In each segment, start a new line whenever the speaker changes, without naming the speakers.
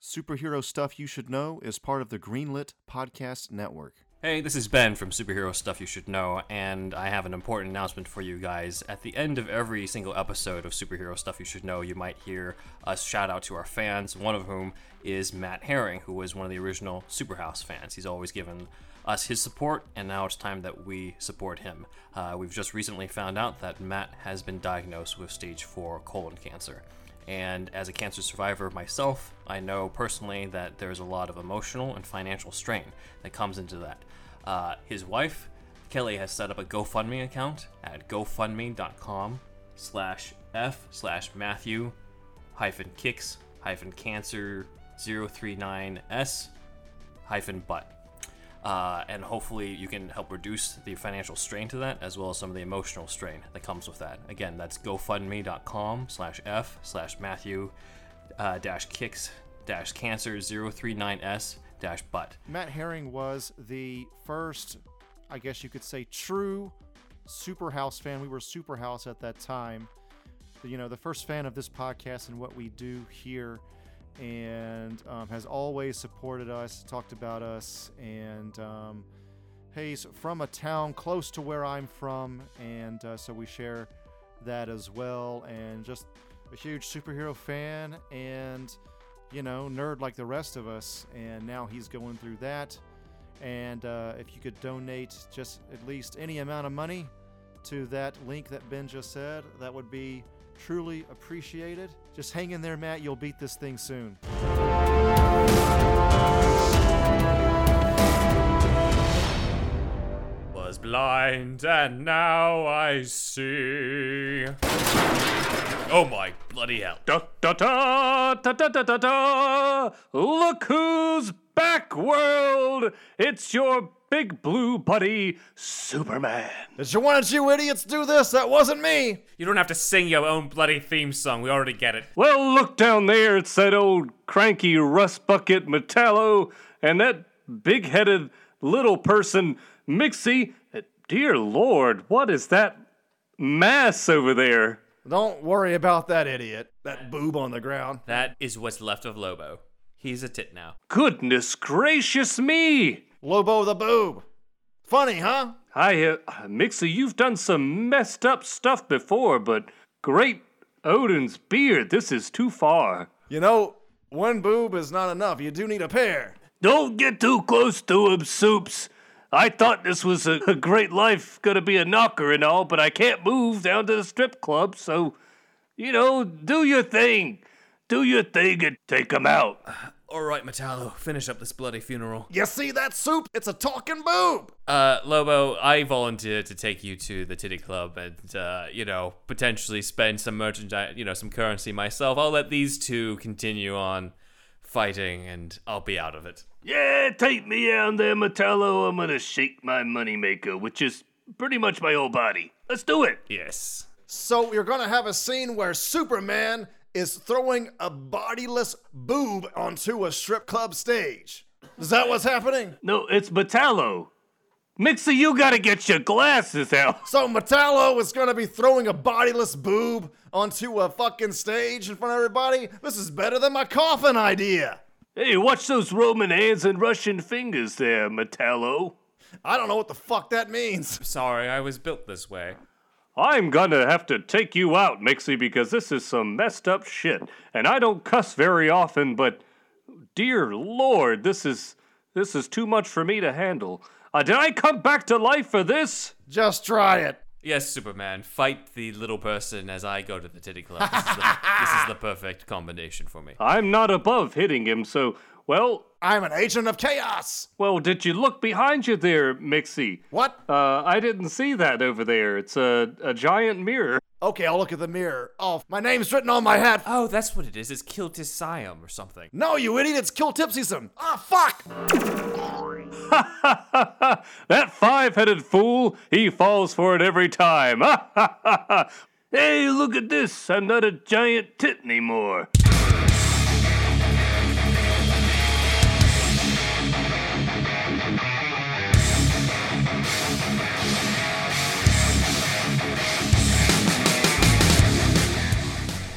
Superhero Stuff You Should Know is part of the Greenlit Podcast Network.
Hey, this is Ben from Superhero Stuff You Should Know, and I have an important announcement for you guys. At the end of every single episode of Superhero Stuff You Should Know, you might hear a shout out to our fans, one of whom is Matt Herring, who was one of the original Superhouse fans. He's always given us his support, and now it's time that we support him. Uh, we've just recently found out that Matt has been diagnosed with stage 4 colon cancer. And as a cancer survivor myself, I know personally that there's a lot of emotional and financial strain that comes into that. Uh, his wife, Kelly, has set up a GoFundMe account at gofundme.com slash F slash Matthew hyphen kicks hyphen cancer 039S hyphen butt. Uh, and hopefully you can help reduce the financial strain to that as well as some of the emotional strain that comes with that again that's gofundme.com slash f slash matthew uh, dash kicks dash cancer 039s dash butt
Matt Herring was the first, I guess you could say, true Superhouse fan. We were Superhouse at that time. You know, the first fan of this podcast and what we do here, and um, has always supported us, talked about us, and um, he's from a town close to where I'm from, and uh, so we share that as well. And just a huge superhero fan, and you know, nerd like the rest of us, and now he's going through that. And uh, if you could donate just at least any amount of money to that link that Ben just said, that would be truly appreciated. Just hang in there, Matt. You'll beat this thing soon.
was blind and now i see oh my bloody hell
Da da da da da da da da! Look who's back, world! It's your big blue buddy, Superman.
Did you want you idiots do this? That wasn't me.
you don't have to sing your own bloody theme song we already get it
Well, look down there. It's that old cranky rust bucket Metallo and that big-headed little person, Mixie. Dear Lord, what is that mass over there?
Don't worry about that idiot. That boob on the ground.
that is what's left of lobo he's a tit now
Goodness gracious me!
Lobo the boob. Funny, huh?
Hi, uh, Mixie, you've done some messed up stuff before, but great Odin's beard, this is too far.
You know, one boob is not enough. You do need a pair.
Don't get too close to him, Soups. I thought this was a, a great life, gonna be a knocker and all, but I can't move down to the strip club, so, you know, do your thing. Do your thing and take him out.
all right metallo finish up this bloody funeral
You see that soup? It's a talking boob.
Uh, Lobo, I volunteer to take you to the Titty Club and, uh, you know, potentially spend some merchandise, you know, some currency myself. I'll let these two continue on fighting and I'll be out of it.
Yeah, take me down there, Metallo. I'm gonna shake my moneymaker, which is pretty much my whole body. Let's do it.
Yes.
So you're gonna have a scene where Superman is throwing a bodiless boob onto a strip club stage. Is that what's happening?
No, it's Metallo. Mixer, you gotta get your glasses out.
So Metallo is gonna be throwing a bodiless boob onto a fucking stage in front of everybody? This is better than my coffin idea.
Hey, watch those Roman hands and Russian fingers there, Metallo.
I don't know what the fuck that means.
Sorry, I was built this way.
I'm gonna have to take you out, Mixie, because this is some messed up shit. And I don't cuss very often, but dear lord, this is this is too much for me to handle. Uh, did I come back to life for this?
Just try it.
Yes, Superman, fight the little person as I go to the Titty Club. This is the, this is the perfect combination for me.
I'm not above hitting him, so well
I'm an agent of chaos.
well, did you look behind you there, Mixie?
What?
Uh, I didn't see that over there. It's a, a giant mirror.
Okay, I'll look at the mirror. Oh, my name's written on my hat.
Oh, that's what it is. It's Kiltis Siam or something.
No, you idiot, it's Kill Tipsyism. Ah, fuck!
that five headed fool, he falls for it every time. hey, look at this. I'm not a giant tit anymore.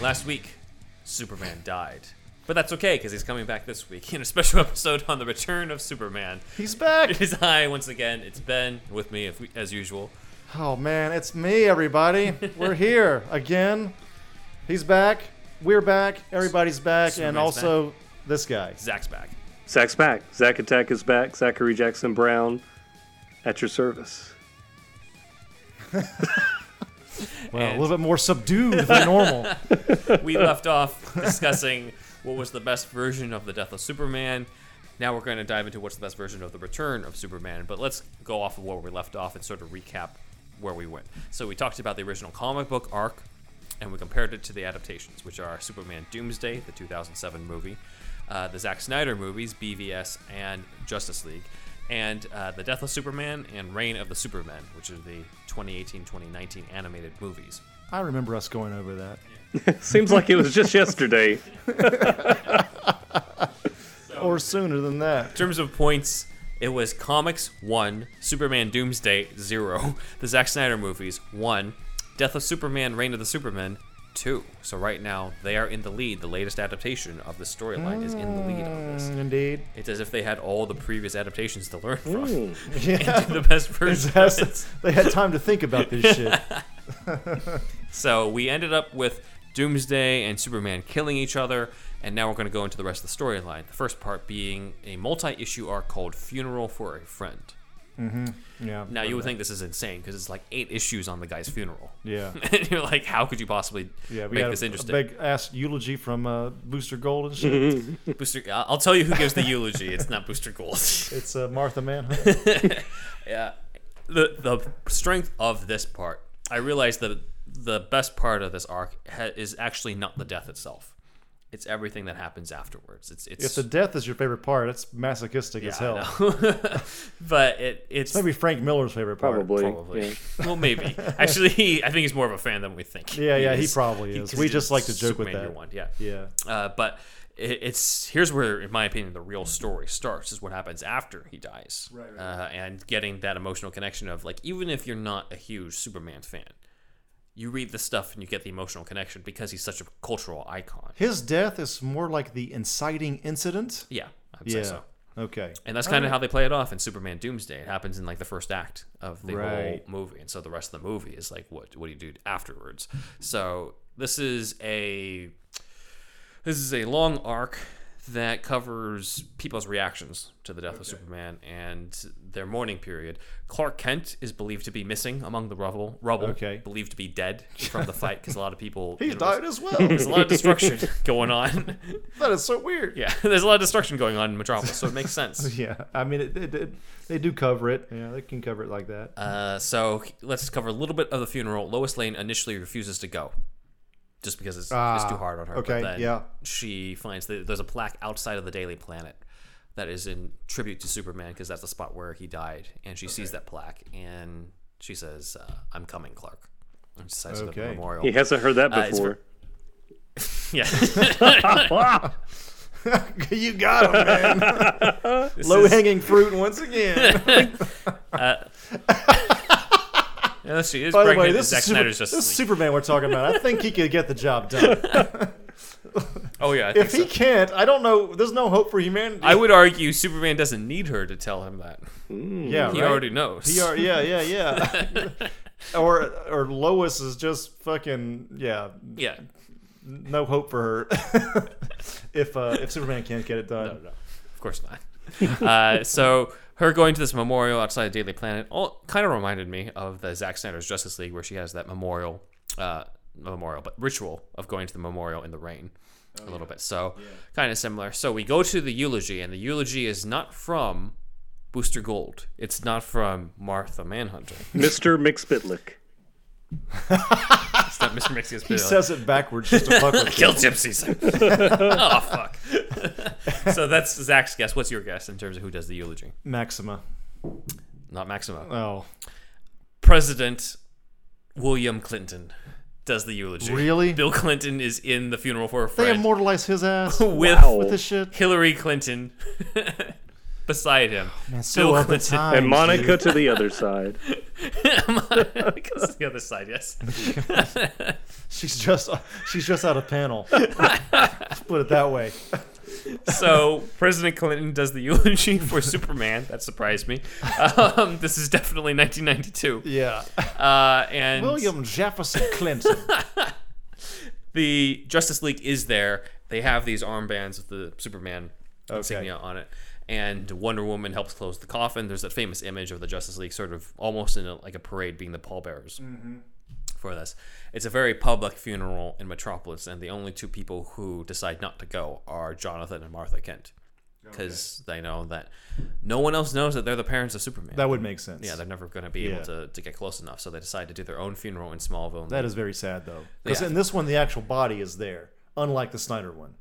Last week, Superman died. But that's okay because he's coming back this week in a special episode on the return of Superman.
He's back.
It is I once again. It's Ben with me if we, as usual.
Oh man, it's me, everybody. We're here again. He's back. We're back. Everybody's back, and
Superman's
also this guy.
Zach's back.
Zach's back. Zach Attack is back. Zachary Jackson Brown at your service.
Well, a
And-
little bit more subdued than normal.
We left off discussing what was the best version of the death of Superman. Now we're going to dive into what's the best version of the return of Superman. But let's go off of where we left off and sort of recap where we went. So we talked about the original comic book arc, and we compared it to the adaptations, which are Superman Doomsday, the 2007 movie, uh, the Zack Snyder movies, BVS and Justice League, and uh, The Death of Superman and Reign of the Superman, which are the 2018 2019 animated movies.
I remember us going over that.
Seems like it was just yesterday.
Or sooner than that.
In terms of points, it was comics one, Superman Doomsday zero, the Zack Snyder movies one, Death of Superman, Reign of the Superman two. So right now they are in the lead. The latest adaptation of the storyline is in the lead on this.
Mm, Indeed.
It's as if they had all the previous adaptations to learn from and do the best version. of it.
Yes, they had time to think about this shit.
So we ended up with Doomsday and Superman killing each other, and now we're going to go into the rest of the storyline. The first part being a multi-issue arc called "Funeral for a Friend."
Yeah.
Now you would think this is insane because it's like eight issues on the guy's funeral.
Yeah.
and you're like, how could you possibly
Yeah, we
make
got
this
a, a
interesting? Mm-hmm.
big ass eulogy from uh, Booster Gold and shit.
Booster, I- I'll tell you who gives the eulogy. It's not Booster Gold.
It's uh, Martha Manhunt.
yeah, the the strength of this part, I realize that the best part of this arc ha- is actually not the death itself. It's everything that happens afterwards. It's it's
if the death is your favorite part, that's masochistic as
I
hell.
know. but it it's
Maybe Frank Miller's favorite part.
Probably.
probably
Yeah.
well maybe actually he, I think he's more of a fan than we think.
Yeah, yeah, he probably is.
'cause
We
he did
just like to joke with
Superman Year
that.
One, yeah.
Yeah.
Uh, but it, it's here's where, in my opinion, the real story starts is what happens after he dies, right? right uh, and getting that emotional connection of like, even if you're not a huge Superman fan, you read the stuff and you get the emotional connection because he's such a cultural icon.
His death is more like the inciting incident.
Yeah, I'd
Yeah.
say so.
Okay.
And that's kind of how they play it off in Superman Doomsday. It happens in like the first act of the
Right.
whole movie, and so the rest of the movie is like what what do you do afterwards? So this is a this is a long arc that covers people's reactions to the death of Superman and their mourning period. Clark Kent is believed to be missing among the rubble. Rubble,
Okay.
believed to be dead from the fight because a lot of people
He
you know,
died as well.
There's a lot of destruction going on.
that is so weird.
yeah, there's a lot of destruction going on in Metropolis, so it makes sense.
Yeah, I mean, it, it, it, they do cover it. Yeah, they can cover it like that.
Uh, so let's cover a little bit of the funeral. Lois Lane initially refuses to go, just because it's, it's
Ah,
too hard on her.
okay,
but then
yeah.
she finds that there's a plaque outside of the Daily Planet that is in tribute to Superman because that's the spot where he died, and she sees that plaque and she says, uh, "I'm coming, Clark." And decides to go to the
Okay.
memorial.
He hasn't heard that
Uh, it's
before.
yeah. Uh,
you got him, man. Low hanging fruit once again.
Yeah, she is
By the
pregnant.
way,
and
this
Zack
is, super,
Snyder's
this
just
is Superman we're talking about. I think he could get the job done.
oh yeah. I think
If he can't, I don't know. There's no hope for humanity.
I would argue Superman doesn't need her to tell him that.
yeah,
He
right?
already knows.
He are, yeah, yeah, yeah. or or Lois is just fucking yeah,
yeah.
no hope for her. if uh, if Superman can't get it done,
Of course not. uh, so her going to this memorial outside Daily Planet all kind of reminded me of the Zack Snyder's Justice League, where she has that memorial, uh, not memorial, but ritual of going to the memorial in the rain, a little bit. So kind of similar. So we go to the eulogy, and the eulogy is not from Booster Gold. It's not from Martha Manhunter.
Mr. McSpitlick.
It's not Mr. Mixius.
he says it backwards just to fuck with you.
Kill gypsies. oh fuck. so that's Zach's guess. What's your guess in terms of who does the eulogy?
Maxima.
Not Maximo.
Oh,
President William Clinton does the eulogy.
Really?
Bill Clinton is in the funeral for a
they
friend
immortalize his ass
with
with this shit.
Hillary Clinton beside him.
Man, so
Bill
of the
Clinton.
times,
And Monica
dude.
to the other side.
Because it's the other side, yes.
She's just she's just out of panel. Let's put it that way.
So President Clinton does the eulogy for Superman. That surprised me. Um, this is definitely 1992.
Yeah.
Uh, and
William Jefferson Clinton.
the Justice League is there. They have these armbands with the Superman insignia on it, and Wonder Woman helps close the coffin. There's that famous image of the Justice League, sort of almost in a, like a parade, being the pallbearers
Mm-hmm.
for this. It's a very public funeral in Metropolis, and the only two people who decide not to go are Jonathan and Martha Kent, because they know that no one else knows that they're the parents of Superman.
That would make sense.
yeah, they're never going to be
Yeah.
able to, to get close enough, so they decide to do their own funeral in Smallville. and
that is very sad though. Because
Yeah.
in this one the actual body is there, unlike the Snyder one.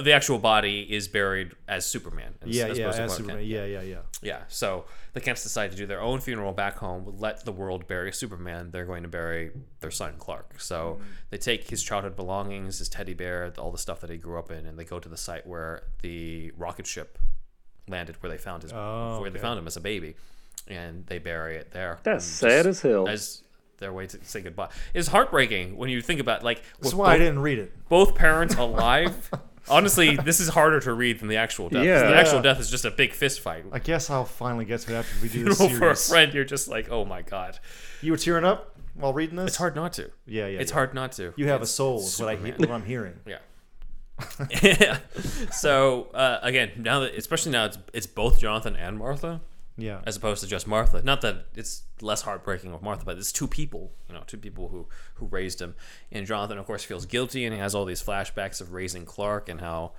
the actual body is buried as Superman. as-
Yeah,
as
yeah,
opposed to
as
Clark
Superman.
Kent.
Yeah, yeah, yeah.
Yeah, so the Kents decide to do their own funeral back home, let the world bury Superman. They're going to bury their son Clark. So
Mm-hmm.
they take his childhood belongings, his teddy bear, all the stuff that he grew up in, and they go to the site where the rocket ship landed, where they found his,
Oh,
where they found him as a baby, and they bury it there.
That's
And
sad as hell.
As their way to say goodbye. It's heartbreaking when you think about like
That's
with
why I
both-
didn't read it.
both parents alive. Honestly, this is harder to read than the actual death. 'cause The
Yeah.
actual death is just a big fist fight.
I guess I'll finally get to it after we do this
Funeral for a
series.
friend, you're just like, oh my god.
You were tearing up while reading this?
It's hard not to.
Yeah, yeah.
it's
yeah.
hard not to.
You have a soul is what I hear,
Superman.
what I'm hearing.
yeah. so uh, again, now that especially now it's it's both Jonathan and Martha
Yeah.
as opposed to just Martha. Not that it's less heartbreaking with Martha, but it's two people, you know, two people who who raised him. And Jonathan, of course, feels guilty and he has all these flashbacks of raising Clark and how,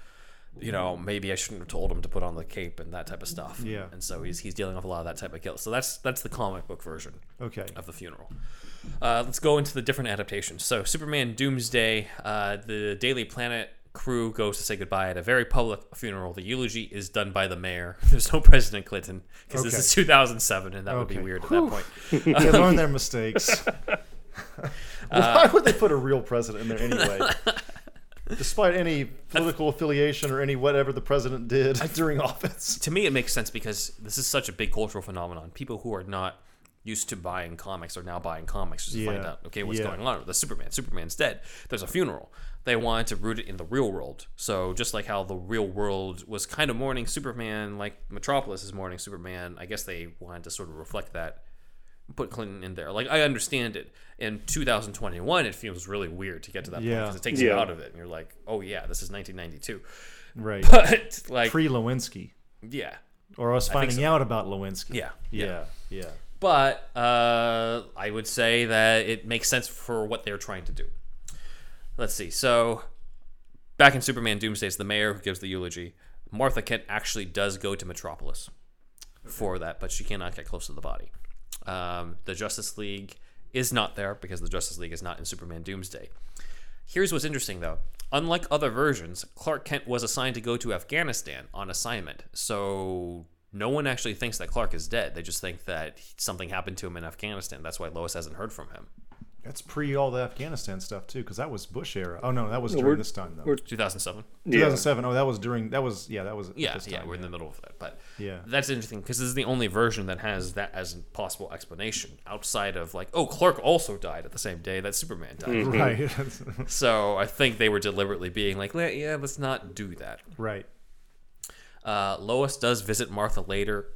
you know, maybe I shouldn't have told him to put on the cape and that type of stuff.
Yeah.
And so he's he's dealing with a lot of that type of guilt. So that's that's the comic book version
okay.
of the funeral. Uh, let's go into the different adaptations. So, Superman Doomsday, uh, the Daily Planet crew goes to say goodbye at a very public funeral. The eulogy is done by the mayor. There's no President Clinton because this
Okay.
is 2007, and that would be
Okay.
weird at
Whew.
that point.
they learn their mistakes. Why would they put a real president in there anyway? Despite any political affiliation or any whatever the president did during office.
To me, it makes sense because this is such a big cultural phenomenon. People who are not used to buying comics are now buying comics just to find
Yeah.
out okay what's
Yeah.
going on with the Superman. Superman's dead. There's a funeral. They wanted to root it in the real world. So just like how the real world was kind of mourning Superman, like Metropolis is mourning Superman. I guess they wanted to sort of reflect that. Put Clinton in there. Like I understand it. In 2021, it feels really weird to get to that point
Yeah.
because it takes you
Yeah.
out of it, and you're like, oh yeah, this is 1992.
Right.
But like,
Pre Lewinsky.
yeah,
Or us finding out about Lewinsky.
Yeah,
Yeah. Yeah.
but uh, I would say that it makes sense for what they're trying to do. Let's see. So, back in Superman Doomsday, it's the mayor who gives the eulogy. Martha Kent actually does go to Metropolis for that, but she cannot get close to the body. Um, the Justice League is not there because the Justice League is not in Superman Doomsday. Here's what's interesting, though. Unlike other versions, Clark Kent was assigned to go to Afghanistan on assignment. So no one actually thinks that Clark is dead. They just think that something happened to him in Afghanistan. That's why Lois hasn't heard from him.
That's pre all the Afghanistan stuff too, because that was Bush era. Oh no, that was during
we're-
this time though.
we're-
2007.
Yeah.
2007. Oh, that was during. That was yeah. That was at
Yeah,
this
yeah,
time,
we're in the middle of that. But
Yeah.
that's interesting because this is the only version that has that as a possible explanation outside of like, oh, Clark also died at the same day that Superman died.
Mm-hmm.
right,
So I think they were deliberately being like, "Le- yeah, let's not do that.
right.
Uh, Lois does visit Martha later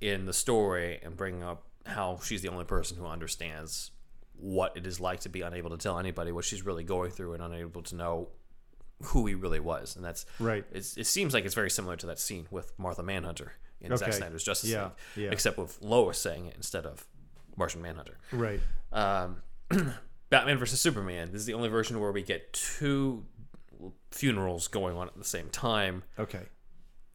in the story and bring up how she's the only person who understands what it is like to be unable to tell anybody what she's really going through and unable to know who he really was. And that's
Right.
It's, it seems like it's very similar to that scene with Martha Manhunter in Zack
Okay.
Snyder's Justice
Yeah,
League,
yeah.
except with Lois saying it instead of Martian Manhunter.
Right.
Um, Batman versus Superman. This is the only version where we get two funerals going on at the same time
Okay.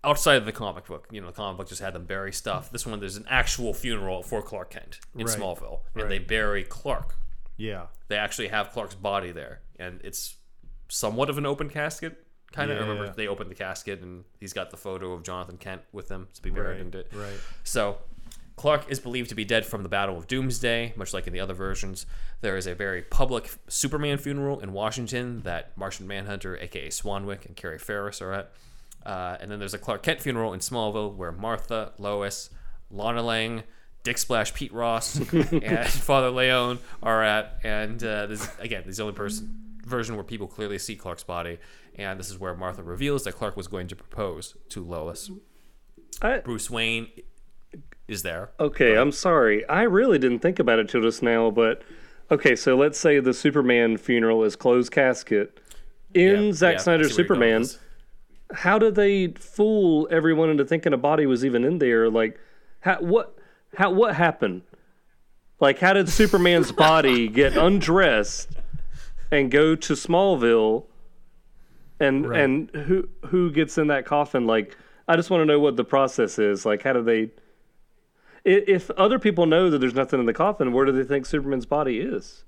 outside of the comic book. You know, the comic book just had them bury stuff. This one, there's an actual funeral for Clark Kent in
Right.
Smallville, and they bury Clark.
Yeah.
They actually have Clark's body there, and it's somewhat of an open casket. Kind of
Yeah,
remember
yeah.
they opened the casket, and he's got the photo of Jonathan Kent with him to be buried
Right.
in it.
Right.
So, Clark is believed to be dead from the Battle of Doomsday, much like in the other versions. There is a very public Superman funeral in Washington that Martian Manhunter, aka Swanwick, and Carrie Ferris are at. Uh, and then there's a Clark Kent funeral in Smallville where Martha, Lois, Lana Lang, Dick Splash Pete Ross and Father Leon are at, and uh, this again, this is the only person version where people clearly see Clark's body, and this is where Martha reveals that Clark was going to propose to Lois.
I-
Bruce Wayne is there.
Okay, I'm sorry. I really didn't think about it till just now, but okay, so let's say the Superman funeral is closed casket. In
Yeah,
Zack
yeah, I
Snyder's
see where you're going
Superman,
with this.
how did they fool everyone into thinking a body was even in there? Like, how, what, how, what happened? Like, how did Superman's body get undressed and go to Smallville? And and who who gets in that coffin? Like, I just want to know what the process is. Like, how do they? i- If other people know that there's nothing in the coffin, where do they think Superman's body is?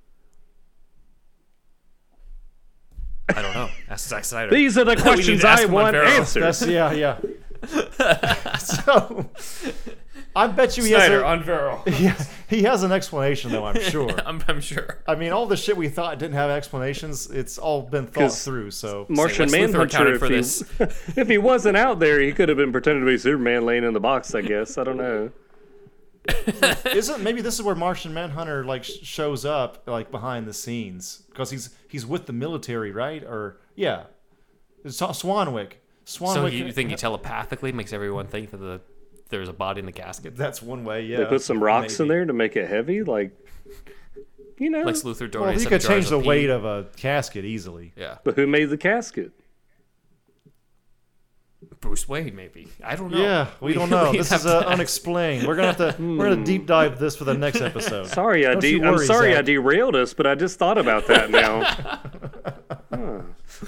I don't know. Ask Zack Snyder.
These are the
need
questions
to ask
I
him on
want
Pharaoh.
answered.
That's yeah, yeah. so I bet you he has,
Snyder
a,
on Vero.
he, he has an explanation though, I'm sure.
I'm, I'm sure.
I mean, all the shit we thought didn't have explanations, it's all been thought
'Cause
through, so
Martian
Lex Luthor
Manhunter.
accounted
If
for
he,
this.
if he wasn't out there, he could have been pretending to be Superman laying in the box. I guess I don't know.
isn't maybe this is where Martian Manhunter like sh- shows up like behind the scenes because he's he's with the military, right? Or yeah, it's Sw- Swanwick. Swanwick.
So you think he telepathically makes everyone think that the, there's a body in the casket?
that's one way. Yeah,
They put some rocks in there to make it heavy, like you know.
Lex Luthor donates
Well, you
seven
could
jars
change the
pee.
weight of a casket easily.
Yeah,
but who made the casket?
Bruce Wayne maybe. I don't know.
Yeah, Oh, we don't know.
we'd
This
have
is
to
uh,
ask-
unexplained. We're gonna have to we're gonna deep dive this for the next episode.
Sorry, I
Don't
de-
you
I'm
worry,
sorry I
Zach.
derailed us, but I just thought about that now.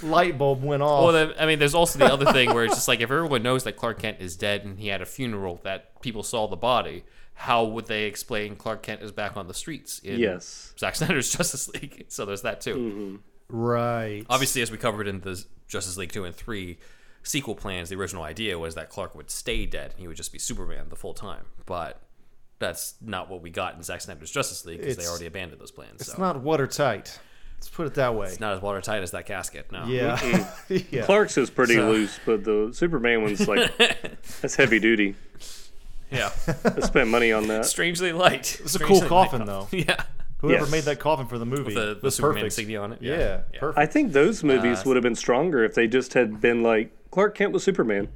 Light bulb went off.
Well, then, I mean, there's also the other thing where it's just like if everyone knows that Clark Kent is dead and he had a funeral that people saw the body, how would they explain Clark Kent is back on the streets in
yes.
Zack Snyder's Justice League? So there's that too.
right.
Obviously, as we covered in the Justice League two and three sequel plans, the original idea was that Clark would stay dead and he would just be Superman the full time, but. That's not what we got in Zack Snyder's Justice League because they
It's-
already abandoned those plans. so.
It's not watertight. Let's put it that way.
not as watertight as that casket. No.
yeah. yeah.
Clark's is pretty loose, but the Superman one's like that's heavy duty.
Yeah.
I spent money on that.
Strangely light.
It's a cool coffin though.
Yeah.
Whoever
Yes.
made that coffin for the movie
The, the
was
Superman
perfect.
insignia on it.
Yeah,
I
perfect.
think
Uh,
those movies would have been stronger if they just had been like Clark Kent was Superman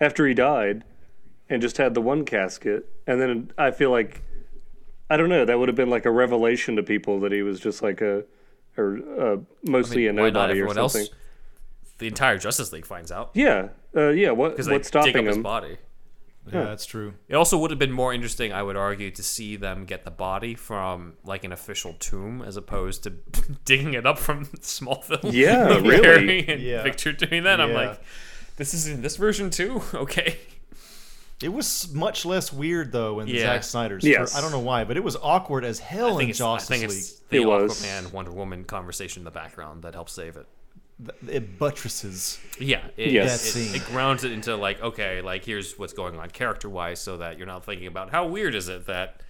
after he died and just had the one casket. And then I feel like, I don't know, that would have been like a revelation to people that he was just like a, or uh, mostly a
Why not
nobody or
everyone
something.
else? The entire Justice League finds out
Yeah. Uh, yeah. What,
because they
what's
dig up
stopping
his
him?
body.
yeah, that's true.
It also would have been more interesting, I would argue, to see them get the body from like an official tomb as opposed to digging it up from Smallville.
Yeah,
and
really.
burying And
Yeah.
Victor doing that, I'm
Yeah.
like, this is in this version too. Okay.
It was much less weird though in
Yeah.
Zack Snyder's.
Yes.
I don't know why, but it was awkward as hell
I
in
think it's, I
Justice
think
League.
it's the
It was.
Aquaman Wonder Woman conversation in the background that helps save it.
Th- It buttresses.
Yeah, it,
Yes.
it,
That scene.
it grounds it into like okay, like here's what's going on character wise, so that you're not thinking about how weird is it that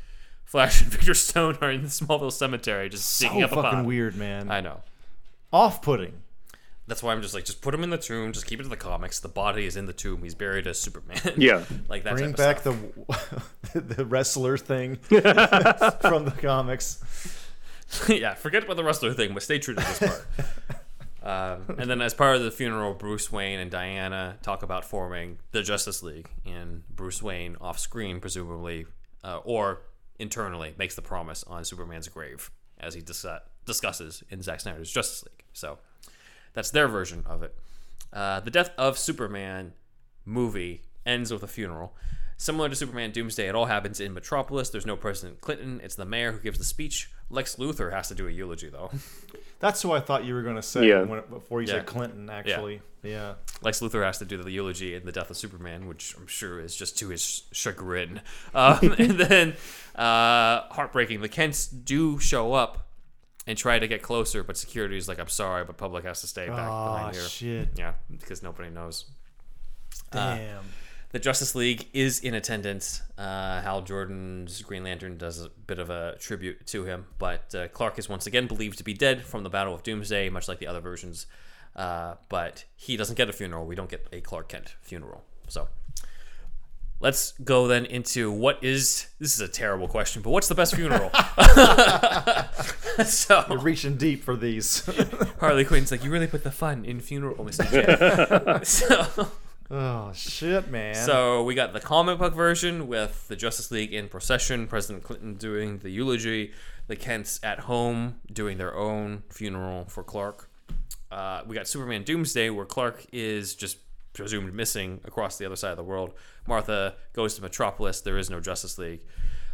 Flash and Victor Stone are in the Smallville cemetery just
So
digging up a
fucking
pot.
weird, man.
I know.
Off-putting.
That's why I'm just like, just put him in the tomb. Just keep it to the comics. The body is in the tomb. He's buried as Superman.
Yeah.
like that.
Bring
type
back
of
the the wrestler thing from the comics.
stuff. yeah. Forget about the wrestler thing, but stay true to this part. Um, and then, as part of the funeral, Bruce Wayne and Diana talk about forming the Justice League, and Bruce Wayne, off screen presumably, uh, or internally, makes the promise on Superman's grave, as he dis- discusses in Zack Snyder's Justice League. So that's their version of it. Uh, the death of Superman movie ends with a funeral. Similar to Superman Doomsday, it all happens in Metropolis. There's no President Clinton. It's the mayor who gives the speech. Lex Luthor has to do a eulogy, though.
That's who I thought you were going to say
Yeah.
when, before you
Yeah.
said Clinton, actually. Yeah.
Lex Luthor has to do the eulogy in the death of Superman, which I'm sure is just to his chagrin. Um, and then, uh, heartbreaking, the Kents do show up and try to get closer, but security is like, "I'm sorry, but public has to stay back
Ah,
behind here."
shit.
Yeah, because nobody knows. Uh,
Damn.
The Justice League is in attendance. Uh, Hal Jordan's Green Lantern does a bit of a tribute to him, but uh, Clark is once again believed to be dead from the Battle of Doomsday, much like the other versions. Uh, but he doesn't get a funeral. We don't get a Clark Kent funeral. So Let's go then into what is this is a terrible question, but what's the best funeral? so
Reaching deep for these.
Harley Quinn's like, you really put the fun in funeral, Mr. J. so,
oh shit, man.
so we got the comic book version with the Justice League in procession, President Clinton doing the eulogy, the Kents at home doing their own funeral for Clark. Uh, we got Superman Doomsday, where Clark is just presumed missing across the other side of the world. Martha goes to Metropolis. There is no Justice League.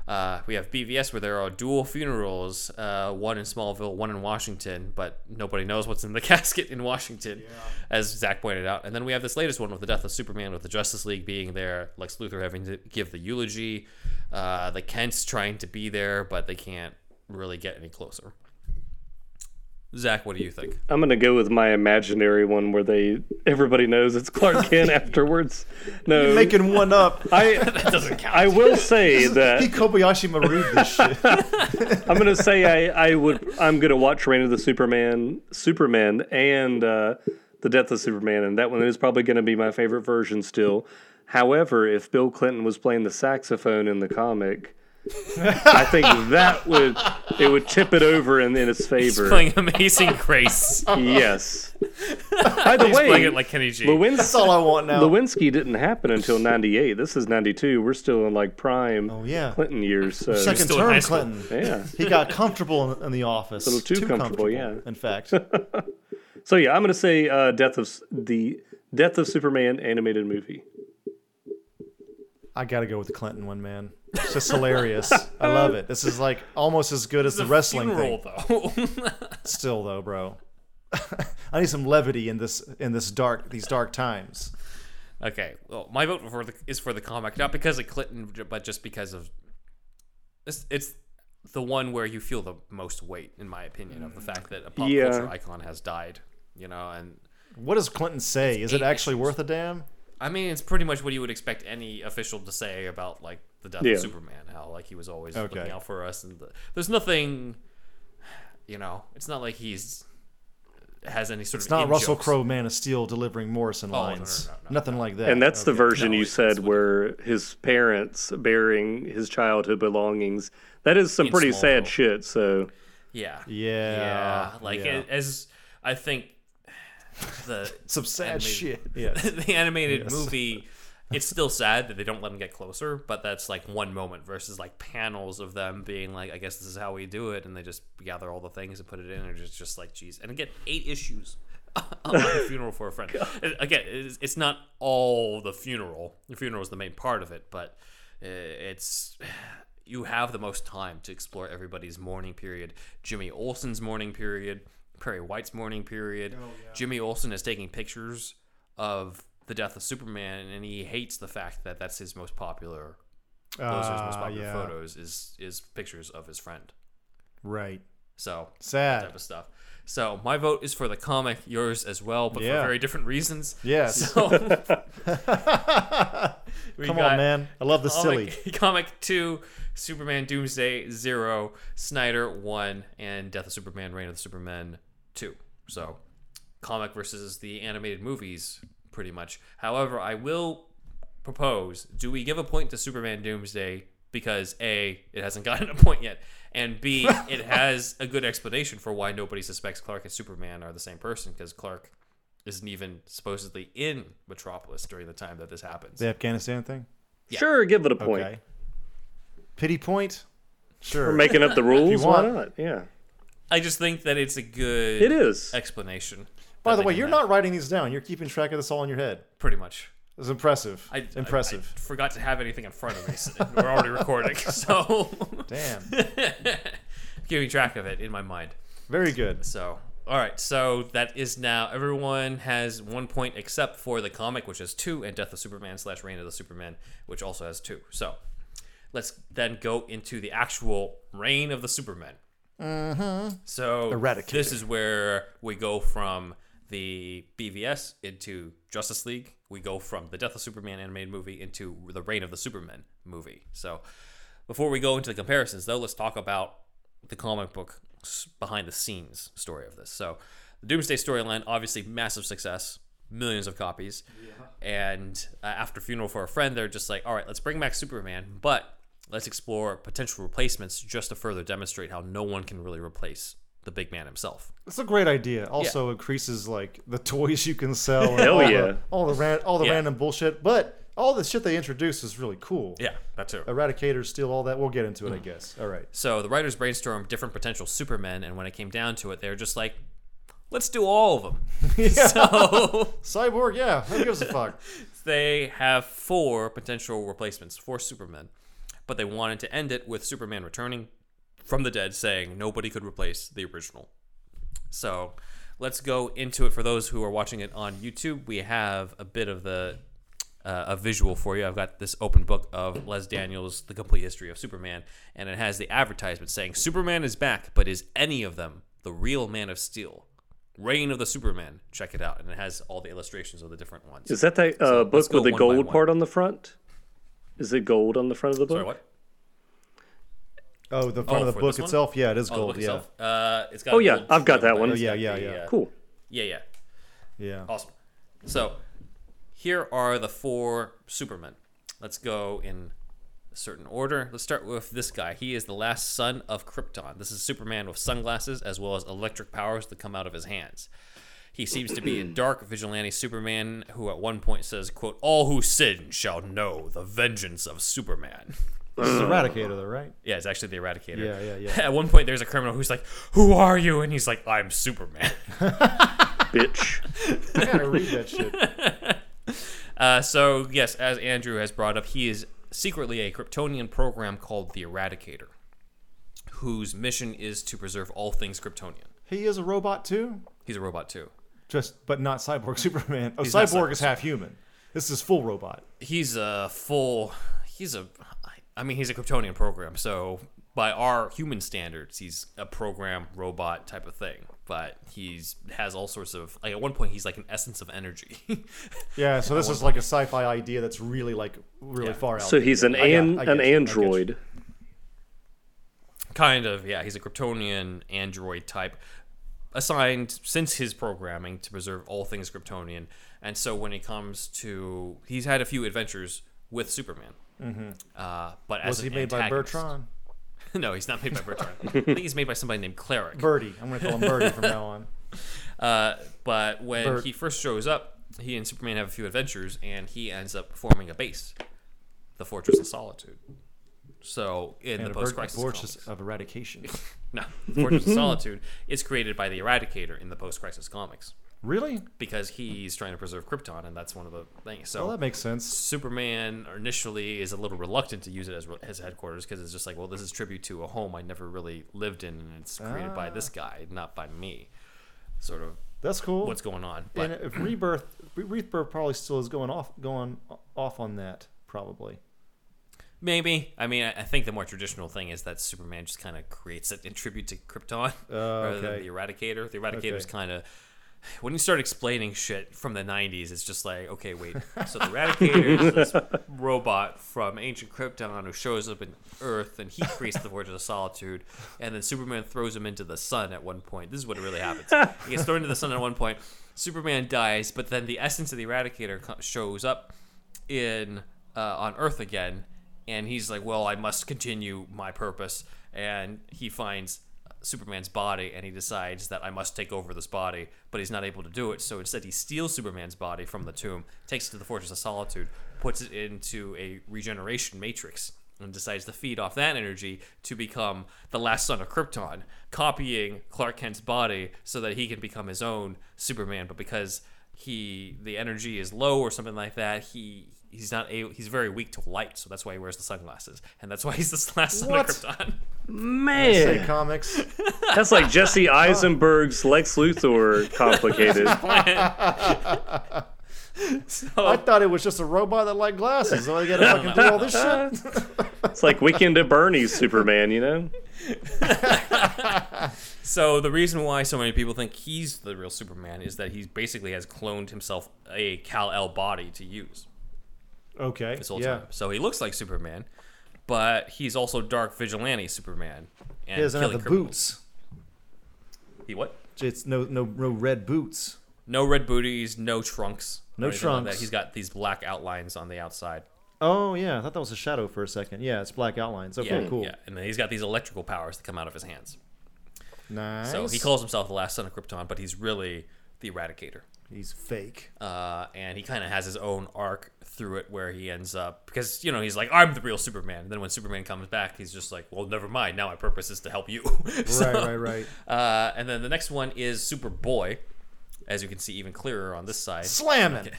Uh, we have BVS, where there are dual funerals, uh, one in Smallville, one in Washington, but nobody knows what's in the casket in Washington, as Zach pointed out. And then we have this latest one with the death of Superman, with the Justice League being there, Lex Luthor having to give the eulogy, uh, the Kents trying to be there, but they can't really get any closer. Zach, what do you think?
I'm gonna go with my imaginary one where they everybody knows it's Clark Kent afterwards. No,
making one up.
I
Doesn't count.
I will say
He
that
Kobayashi Maru this shit.
I'm gonna say I, I would I'm gonna watch Reign of the Superman, Superman, and uh, the Death of Superman, and that one is probably gonna be my favorite version still. However, if Bill Clinton was playing the saxophone in the comic, I think that would it would tip it over in, in its favor.
playing Amazing Grace.
yes. By the way,
playing it like Kenny G.
Lewinsky-
That's all I want now.
Lewinsky didn't happen until 98. This is 92. We're still in like prime
Oh, yeah.
Clinton years. So,
Second
still in high
term
school.
Clinton.
yeah.
He got comfortable in, in the office. A
little too comfortable, yeah.
In fact,
So, yeah, I'm going to say uh, Death of S- the Death of Superman animated movie.
I gotta go with the Clinton one, man. It's just hilarious. I love it. This is like almost as good as the wrestling
funeral,
thing.
though.
Still though, bro. I need some levity in this in this dark these dark times.
okay, well, my vote for the, is for the comic, not because of Clinton, but just because of it's, it's the one where you feel the most weight, in my opinion, of the fact that a pop
Yeah.
culture icon has died. You know, and
What does Clinton say? Is it
eight
actually worth a damn?
I mean, it's pretty much what you would expect any official to say about like the death
Yeah.
of Superman, how like he was always
Okay.
looking out for us, and the, there's nothing, you know, it's not like he's has any sort
It's
of
not
in-jokes.
Russell Crowe, Man of Steel, delivering Morrison
Oh, no, no,
lines.
no, no,
Nothing like that.
And that's the version
No,
you
it's-
said where his parents burying his childhood belongings. That is some
In
pretty sad
Smallville.
shit. So,
Yeah.
Yeah,
Yeah. Like
yeah.
It, as I think the
some sad
animated-
shit. Yeah.
the animated movie it's still sad that they don't let them get closer, but that's like one moment versus like panels of them being like, I guess this is how we do it, and they just gather all the things and put it in, and it's just like, geez. And again, eight issues on a funeral for a friend. And Again, it's, it's not all the funeral. The funeral is the main part of it, but uh, it's you have the most time to explore everybody's mourning period. Jimmy Olsen's mourning period, Perry White's mourning period.
Oh,
Jimmy Olsen is taking pictures of the death of Superman, and he hates the fact that that's his most popular. Those are his most
Ah,
popular
yeah.
photos is is pictures of his friend.
Right.
So type
Sad.
of stuff. So my vote is for the comic, yours as well, but
Yeah.
for very different reasons.
Yes.
So we
Come
got Oh
on, man. I love the silly.
Comic, comic two, Superman Doomsday zero, Snyder one, and Death of Superman, Reign of the Superman two. So, comic versus the animated movies, pretty much. However, I will propose: do we give a point to Superman Doomsday because a it hasn't gotten a point yet, and b it has a good explanation for why nobody suspects Clark and Superman are the same person because Clark isn't even supposedly in Metropolis during the time that this happens.
The Afghanistan thing.
sure, give it a point.
Okay. Pity point. Sure.
We're making up the rules. Why
want.
not? Yeah.
I just think that it's a good
It is.
explanation.
By
that
the
they
way,
can
you're
have,
not writing these down. You're keeping track of this all in your head.
pretty much.
It's impressive.
I,
impressive.
I, I forgot to have anything in front of me. so We're already recording, so
Damn.
keeping track of it in my mind.
Very good.
So, all right. So that is now everyone has one point except for the comic, which is two, and Death of Superman slash Reign of the Superman, which also has two. So let's then go into the actual Reign of the Superman. Mm-hmm. So
Eradicated.
this is where we go from the BVS into Justice League. We go from the Death of Superman animated movie into the Reign of the Superman movie. So before we go into the comparisons, though, let's talk about the comic book s- behind the scenes story of this. So, the Doomsday storyline, obviously, massive success, millions of copies. And uh, after Funeral for a Friend, they're just like, all right, let's bring back Superman, but let's explore potential replacements just to further demonstrate how no one can really replace the big man himself.
It's a great idea. Also increases like the toys you can sell. and
Hell
all
yeah.
The, all the ran- all the
Yeah.
random bullshit, but all the shit they introduce is really cool.
Yeah, Mm. that's it.
Eradicators steal all that. We'll get into it, I guess. All right.
So the writers brainstormed different potential Supermen, and when it came down to it, they were just like, let's do all of them. So
Cyborg, yeah. Who gives a fuck?
they have four potential replacements for Superman, but they wanted to end it with Superman returning from the dead, saying nobody could replace the original. So let's go into it. For those who are watching it on YouTube, we have a bit of the uh, a visual for you. I've got this open book of Les Daniels, The Complete History of Superman, and it has the advertisement saying Superman is back, but is any of them the real Man of Steel? Reign of the Superman. Check it out, and it has all the illustrations of the different ones.
Is that the uh,
let's go
book with
one
the
by
gold
one.
part on the front? Is it gold on the front of the book?
Sorry, what?
Oh, the front
Oh,
of
for
the book
this one?
itself. Yeah, it is
Oh, the
gold.
book
yeah.
itself? Uh, it's got
Oh,
a
yeah,
gold
I've got
frame
that
on it.
one.
It's
Oh,
got
yeah,
the,
yeah,
uh,
yeah.
Cool.
Yeah, yeah.
Yeah.
Awesome. So, here are the four Supermen. Let's go in a certain order. Let's start with this guy. He is the last son of Krypton. This is Superman with sunglasses as well as electric powers that come out of his hands. He seems to be a dark vigilante Superman who at one point says, quote, All who sin shall know the vengeance of Superman.
This is Eradicator, though, right?
Yeah, it's actually the Eradicator.
Yeah, yeah, yeah.
At one point, there's a criminal who's like, "Who are you?" And he's like, "I'm Superman."
Bitch.
I gotta read that shit.
Uh, so yes, as Andrew has brought up, he is secretly a Kryptonian program called the Eradicator, whose mission is to preserve all things Kryptonian.
He is a robot too,
He's a robot too.
just but not Cyborg Superman. Oh,
not
Cyborg
Cyborg
is half human. This is full robot.
He's a full. He's a. I mean, he's a Kryptonian program. So by our human standards, he's a program robot type of thing. But he's has all sorts of like at one point he's like an essence of energy.
Yeah. So this is like a sci-fi idea that's really like really far out.
So he's an
I got- I
an, an
get you, I get
android.
Kind of, yeah. He's a Kryptonian android type, assigned since his programming to preserve all things Kryptonian. And so when it comes to, he's had a few adventures with Superman. Mm-hmm. Uh, but as
was he
an
made by
antagonist-
Bertrand?
no, he's not made by Bertrand. I think he's made by somebody named Cleric.
Birdie. I'm gonna call him Birdie from now on.
Uh, but when
Bert.
he first shows up, he and Superman have a few adventures, and he ends up forming a base, the Fortress of Solitude. So in
And
the
a bird-
post-crisis
fortress
comics-
of eradication.
No, the Fortress of Solitude is created by the Eradicator in the post-crisis comics
Really?
because he's trying to preserve Krypton, and that's one of the things. So
Well, that makes sense.
Superman initially is a little reluctant to use it as re- his headquarters because it's just like, well, this is tribute to a home I never really lived in, and it's created by this guy, not by me. Sort of
That's cool.
what's going on. But
and if rebirth, Re- rebirth probably still is going off, going off on that probably.
maybe I mean I I think the more traditional thing is that Superman just kind of creates it in tribute to Krypton rather than
Oh, okay.
the Eradicator. The Eradicator is
Okay.
kind of when you start explaining shit from the 90s, it's just like, okay, wait. So the Eradicator is this robot from ancient Krypton who shows up in Earth and he creates the Fortress of Solitude. And then Superman throws him into the sun at one point. This is what really happens. He gets thrown into the sun at one point. Superman dies, but then the essence of the Eradicator co- shows up in uh, on Earth again. And he's like, well, I must continue my purpose. And he finds Superman's body and he decides that I must take over this body, but he's not able to do it. So instead, he steals Superman's body from the tomb, takes it to the Fortress of Solitude, puts it into a regeneration matrix, and decides to feed off that energy to become the last son of Krypton, copying Clark Kent's body so that he can become his own Superman. But because he the energy is low or something like that, he he's not able, he's very weak to light, so that's why he wears the sunglasses, and that's why he's the last son
What?
of Krypton.
Say
Man.
comics.
That's like Jesse Eisenberg's Lex Luthor complicated.
I thought it was just a robot that liked glasses. So I gotta fucking do all this shit.
It's like Weekend at Bernie's Superman, you know?
So the reason why so many people think he's the real Superman is that he basically has cloned himself a Cal El body to use
Okay.
this whole
yeah.
time. So he looks like Superman, but he's also dark vigilante Superman. And
He doesn't have
killing
the
criminals.
boots.
He what?
It's no no no red boots.
No red booties, no trunks. or
No
anything like that.
trunks.
He's got these black outlines on the outside.
Oh yeah, I thought that was a shadow for a second. Yeah, it's black outlines. Okay,
yeah,
cool.
yeah. And then he's got these electrical powers that come out of his hands.
Nice.
So he calls himself the last son of Krypton, but he's really the Eradicator.
He's fake.
Uh, and he kind of has his own arc through it where he ends up because you know he's like I'm the real Superman. And then when Superman comes back, he's just like, well, never mind. Now my purpose is to help you.
right, right, right.
Uh, and then the next one is Superboy, as you can see even clearer on this side.
Slamming.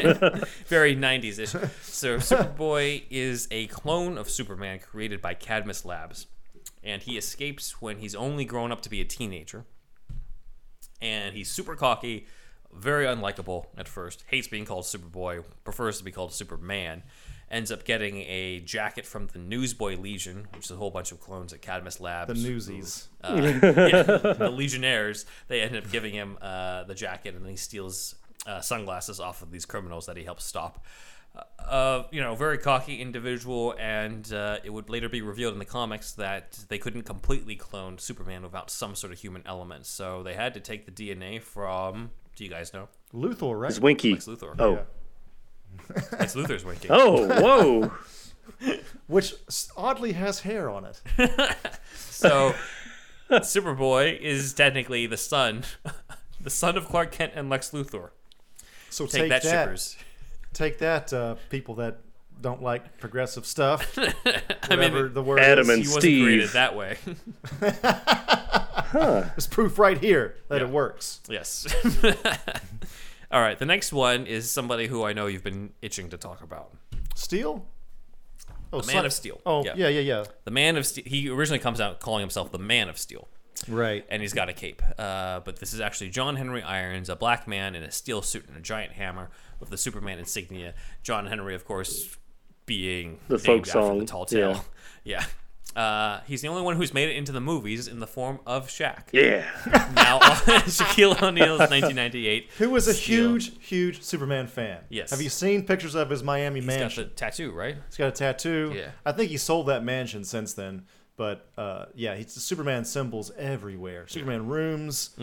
Very 90s ish. So, Superboy is a clone of Superman created by Cadmus Labs. And he escapes when he's only grown up to be a teenager. And he's super cocky, very unlikable at first, hates being called Superboy, prefers to be called Superman. Ends up getting a jacket from the Newsboy Legion, which is a whole bunch of clones at Cadmus Labs.
The newsies.
Uh, yeah, the Legionnaires. They end up giving him uh, the jacket, and then he steals uh, sunglasses off of these criminals that he helps stop. Uh, you know, very cocky individual, and uh, it would later be revealed in the comics that they couldn't completely clone Superman without some sort of human element. So they had to take the DNA from. Do you guys know?
Luthor, right?
It's Winky.
Lex Luthor.
Oh.
Lex Luthor's winking.
Oh, whoa.
Which s- oddly has hair on it.
So Superboy is technically the son, the son of Clark Kent and Lex Luthor.
So take,
Take, that, shippers.
Take that, uh, people that don't like progressive stuff. Whatever the word is.
Adam and
He wasn't
Steve.
created that way.
It's proof right here that it
Yeah.
works.
Yes. All right. The next one is somebody who I know you've been itching to talk about.
Steel? Oh,
The Man
Son-
of Steel.
Oh,
Yeah.
yeah, yeah, yeah.
The Man of Steel. He originally comes out calling himself the Man of Steel,
Right.
and he's got a cape. Uh, but this is actually John Henry Irons, a black man in a steel suit and a giant hammer with the Superman insignia. John Henry, of course, being
The
named
folk
after the
song,
Tall Tale. Yeah. Uh, he's the only one who's made it into the movies in the form of Shaq.
Yeah.
Now, Shaquille O'Neal's 1998.
Who is a
Steel.
huge, huge Superman fan.
Yes.
Have you seen pictures of his Miami
He's got
mansion?
the tattoo, right?
He's got a tattoo.
Yeah.
I think he sold that mansion since then. But uh, yeah, he's Superman symbols everywhere. Superman rooms.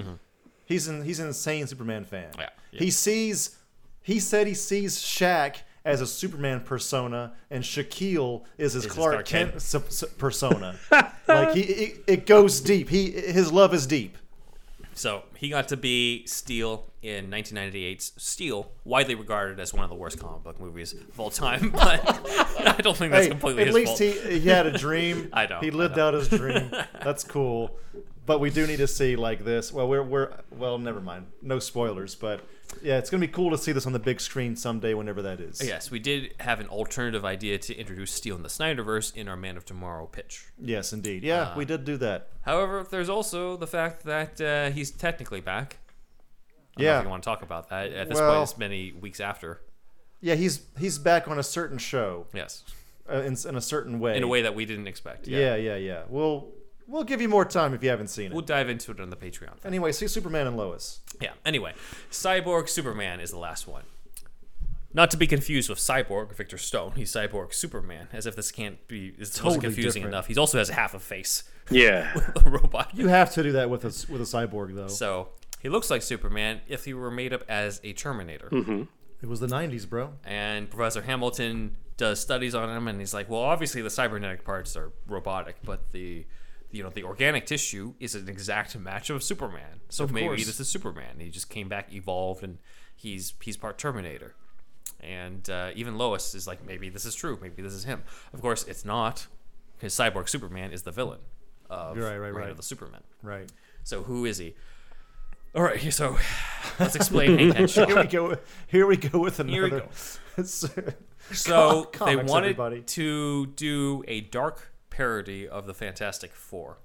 He's an he's an insane Superman fan.
Mm-hmm. Yeah, yeah.
He sees he said he sees Shaq as a Superman persona and Shaquille is his
his
Clark,
Clark
Kent,
Kent.
su- su- persona. like he it, it goes deep. He his love is deep.
So he got to be Steel in 1998's Steel, widely regarded as one of the worst comic book movies of all time. But I don't think that's
Hey,
completely
at
his
least
fault.
he he had a dream.
I know,
He
I
lived
know.
out his dream. That's cool. But we do need to see like this. Well, we're we're well, never mind. No spoilers, but yeah, it's gonna be cool to see this on the big screen someday, whenever that is.
yes, we did have an alternative idea to introduce Steel in the Snyderverse in our Man of Tomorrow pitch.
Yes, indeed. Yeah,
Uh,
we did do that.
However, there's also the fact that uh, he's technically back. I don't know
Yeah,
if you want to talk about that at this
Well-
point, it's many weeks after.
yeah. He's he's back on a certain show
Yes,
uh, in, in a certain way.
in a way that we didn't expect. Yeah,
Yeah, yeah, yeah. We'll we'll give you more time if you haven't seen it.
we'll dive into it on the Patreon.
anyway, see Superman and Lois.
Yeah. Anyway, Cyborg Superman is the last one. Not to be confused with Cyborg Victor Stone. He's Cyborg Superman. As if this can't be it's
Totally
totally confusing
different.
enough. He also has half a face,
Yeah.
a robot.
You have to do that with a s- with a cyborg though.
So he looks like Superman if he were made up as a Terminator.
it was the '90s, bro.
And Professor Hamilton does studies on him, and he's like, well, obviously the cybernetic parts are robotic, but the you know the organic tissue is an exact match of Superman. So maybe
course.
this is Superman. He just came back evolved, and he's he's part Terminator. And uh, even Lois is like, maybe this is true. Maybe this is him. Of course, it's not. His cyborg Superman is the villain of
Right, right,
Reign
right.
of the Superman.
Right.
So who is he? All right, so let's explain Hank Henshaw.
Here we go. Here we go with another.
Here we go.
Com-
So they
comics,
wanted
everybody.
to do a dark parody of the Fantastic Four.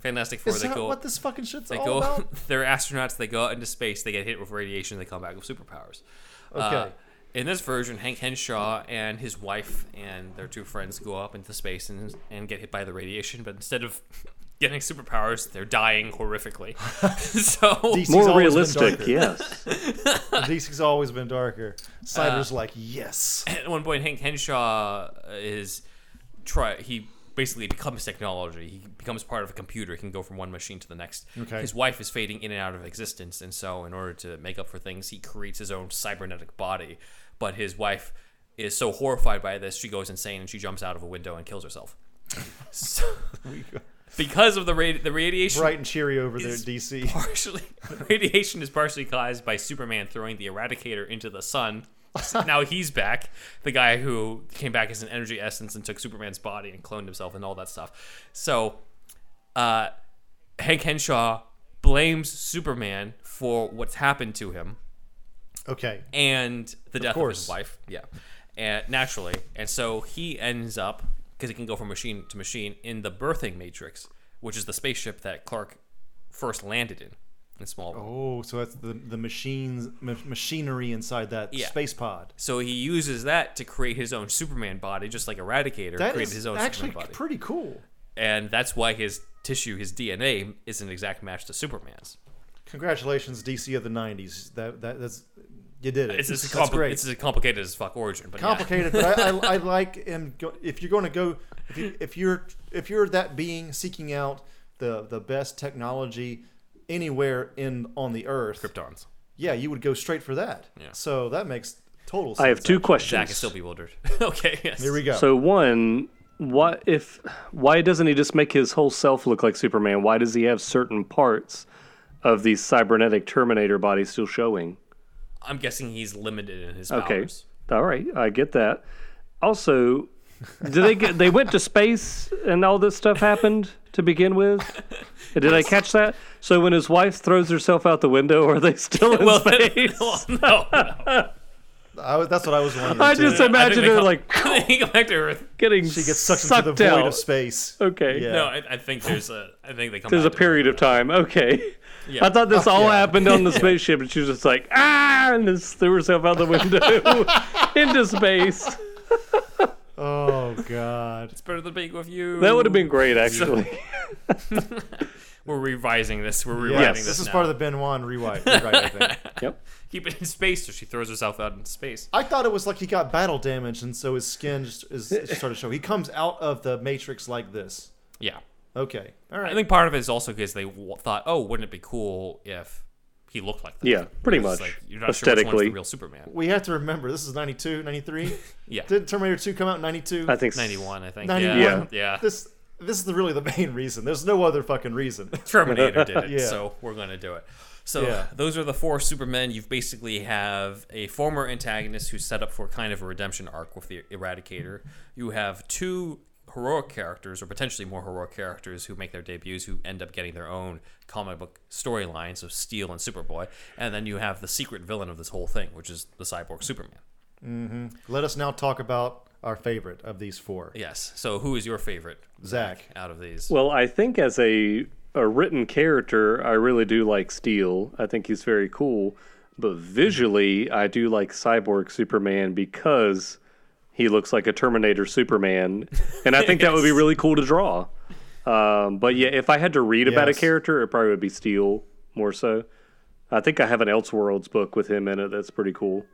Fantastic Four.
Is
they
that
go.
what this fucking shit's
they
all
go.
about?
they're astronauts. They go out into space. They get hit with radiation. They come back with superpowers. Uh,
Okay.
in this version, Hank Henshaw and his wife and their two friends go up into space and, and get hit by the radiation. But instead of getting superpowers, they're dying horrifically. so
DC's
More
always been
realistic,
darker.
yes.
DC's always been darker.
Uh,
Cyber's like, yes.
at one point Hank Henshaw is uh, try he basically becomes technology. He becomes part of a computer. He can go from one machine to the next.
Okay.
His wife is fading in and out of existence, and so in order to make up for things, he creates his own cybernetic body. But his wife is so horrified by this, she goes insane and she jumps out of a window and kills herself. so, because of the radi- the radiation
Bright and cheery over there,
It's
DC.
partially the radiation is partially caused by Superman throwing the Eradicator into the sun. now he's back, the guy who came back as an energy essence and took Superman's body and cloned himself and all that stuff. So, uh, Hank Henshaw blames Superman for what's happened to him
Okay.
and the death of
course.
his wife. Yeah, and naturally, and so he ends up because he can go from machine to machine in the birthing matrix, which is the spaceship that Clark first landed in in Smallville.
Oh, so that's the the machines ma- machinery inside that
Yeah.
space pod.
So he uses that to create his own Superman body, just like Eradicator
That
created
is
his own
actually
Superman body,
pretty cool.
and that's why his tissue, his DNA, is an exact match to Superman's.
Congratulations, DC of the '90s. That that that's you did it.
It's as
that's
compli-
great.
it's as complicated as fuck origin, but yeah.
complicated, but I, I, I like him. Go, if you're going to go, if, you, if you're if you're that being seeking out the the best technology anywhere in on the earth,
Krypton's.
yeah, you would go straight for that.
Yeah.
So that makes total sense.
I have two
Zach
questions.
is still bewildered. okay, yes.
Here we go.
So one, what if why doesn't he just make his whole self look like Superman? Why does he have certain parts of these cybernetic Terminator bodies still showing?
I'm guessing he's limited in his powers.
Okay. All right, I get that. Also, did they get they went to space and all this stuff happened to begin with? Did I catch that? So when his wife throws herself out the window, are they still in
Well,
space?
well, no, no.
I was- that's what I was wondering.
I
too.
just imagine
they
her
come-
like
they go back to Earth.
getting
she gets sucked, into the
out.
void of space.
Okay.
Yeah.
No, I, I think there's a. I think they come.
There's a
back to Earth.
period of time. Okay.
Yeah.
I thought this all
Oh, yeah.
happened on the spaceship, and she was just like, ah, and just threw herself out the window into space.
Oh God.
It's better than being with you.
That would have been great, actually.
We're revising this. We're rewriting
Yes,
this.
this is
now.
part of the Ben Wan rewrite. rewrite I, think.
yep.
Keep it in space, so she throws herself out into space.
I thought it was like he got battle damage, and so his skin just is started to show. He comes out of the Matrix like this.
Yeah.
Okay, all
I
right.
think part of it is also because they w- thought, oh, wouldn't it be cool if he looked like that?
Yeah, pretty
It's
much.
Like, you're not sure which one's
Aesthetically.
the real Superman.
we have to remember this is 92 93
Yeah.
did terminator 2 come out in 92
I think s-
91, I think.
91
Yeah.
Yeah.
Yeah.
this this is the, really the main reason there's no other fucking reason
Terminator did it,
Yeah.
so we're gonna do it. So
Yeah.
those are the four Supermen. You've basically have a former antagonist who's set up for kind of a redemption arc with the Eradicator. You have two heroic characters, or potentially more heroic characters, who make their debuts, who end up getting their own comic book storylines of Steel and Superboy, and then you have the secret villain of this whole thing, which is the cyborg Superman.
let us now talk about our favorite of these four
Yes. So who is your favorite
zach
out of these?
Well, I think as a, a written character, I really do like Steel. I think he's very cool. But visually, I do like Cyborg Superman because he looks like a Terminator Superman. And I think that would be really cool to draw. Um, but yeah, if I had to read about a
Yes.
character, it probably would be Steel more so. I think I have an Elseworlds book with him in it that's pretty cool.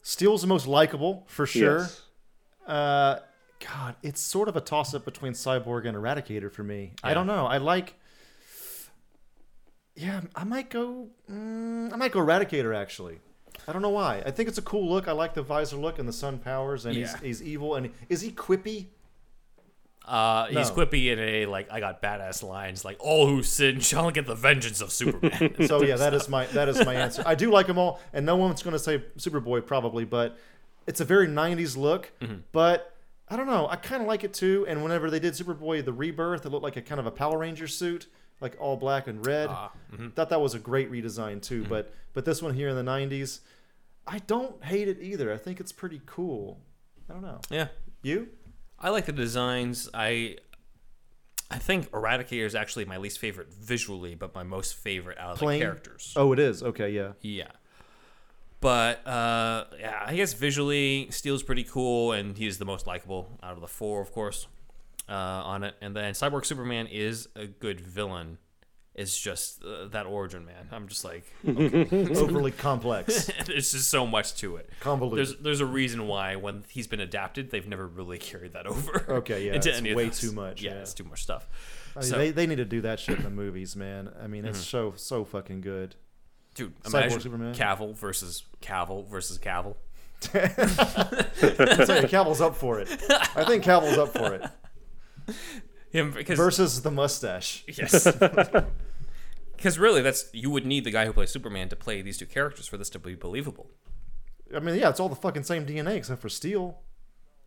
steel's the most likable for sure
Yes.
uh god it's sort of a toss-up between cyborg and eradicator for me i don't know i like yeah i might go mm, i might go eradicator actually i don't know why i think it's a cool look i like the visor look and the sun powers and
Yeah.
he's, he's evil and is he quippy
Uh, He's
No.
quippy in a like I got badass lines like all who sin shall get the vengeance of Superman.
So yeah, that is my that is my answer. I do like them all, and no one's going to say Superboy probably, but it's a very '90s look. But I don't know, I kind of like it too. And whenever they did Superboy the Rebirth, it looked like a kind of a Power Ranger suit, like all black and red. Thought that was a great redesign too. But but this one here in the '90s, I don't hate it either. I think it's pretty cool. I don't know.
yeah,
You?
I like the designs. I I think Eradicator is actually my least favorite visually, but my most favorite out of
Plain?
the characters.
Oh, it is. Okay, yeah.
Yeah. But uh, yeah, I guess visually Steel's pretty cool, and he's the most likable out of the four, of course, uh, on it. And then Cyborg Superman is a good villain. is just uh, that origin, man. I'm just like,
Overly complex.
there's just so much to it.
Convoluted.
There's there's a reason why when he's been adapted, they've never really carried that over.
Okay, yeah,
into
it's
any of
way
this.
too much,
Yeah,
yeah.
it's too much stuff.
I mean,
So- Mm-hmm.
they, they need to do that shit in the movies, man. I mean, it's so so fucking good.
Dude,
Cyborg
imagine
Superman.
Cavill versus Cavill versus Cavill.
I tell you, Cavill's up for it. I think Cavill's up for it.
Him because
Versus the mustache.
Yes. Because really, that's you would need the guy who plays Superman to play these two characters for this to be believable.
I mean, yeah, it's all the fucking same DNA except for Steel.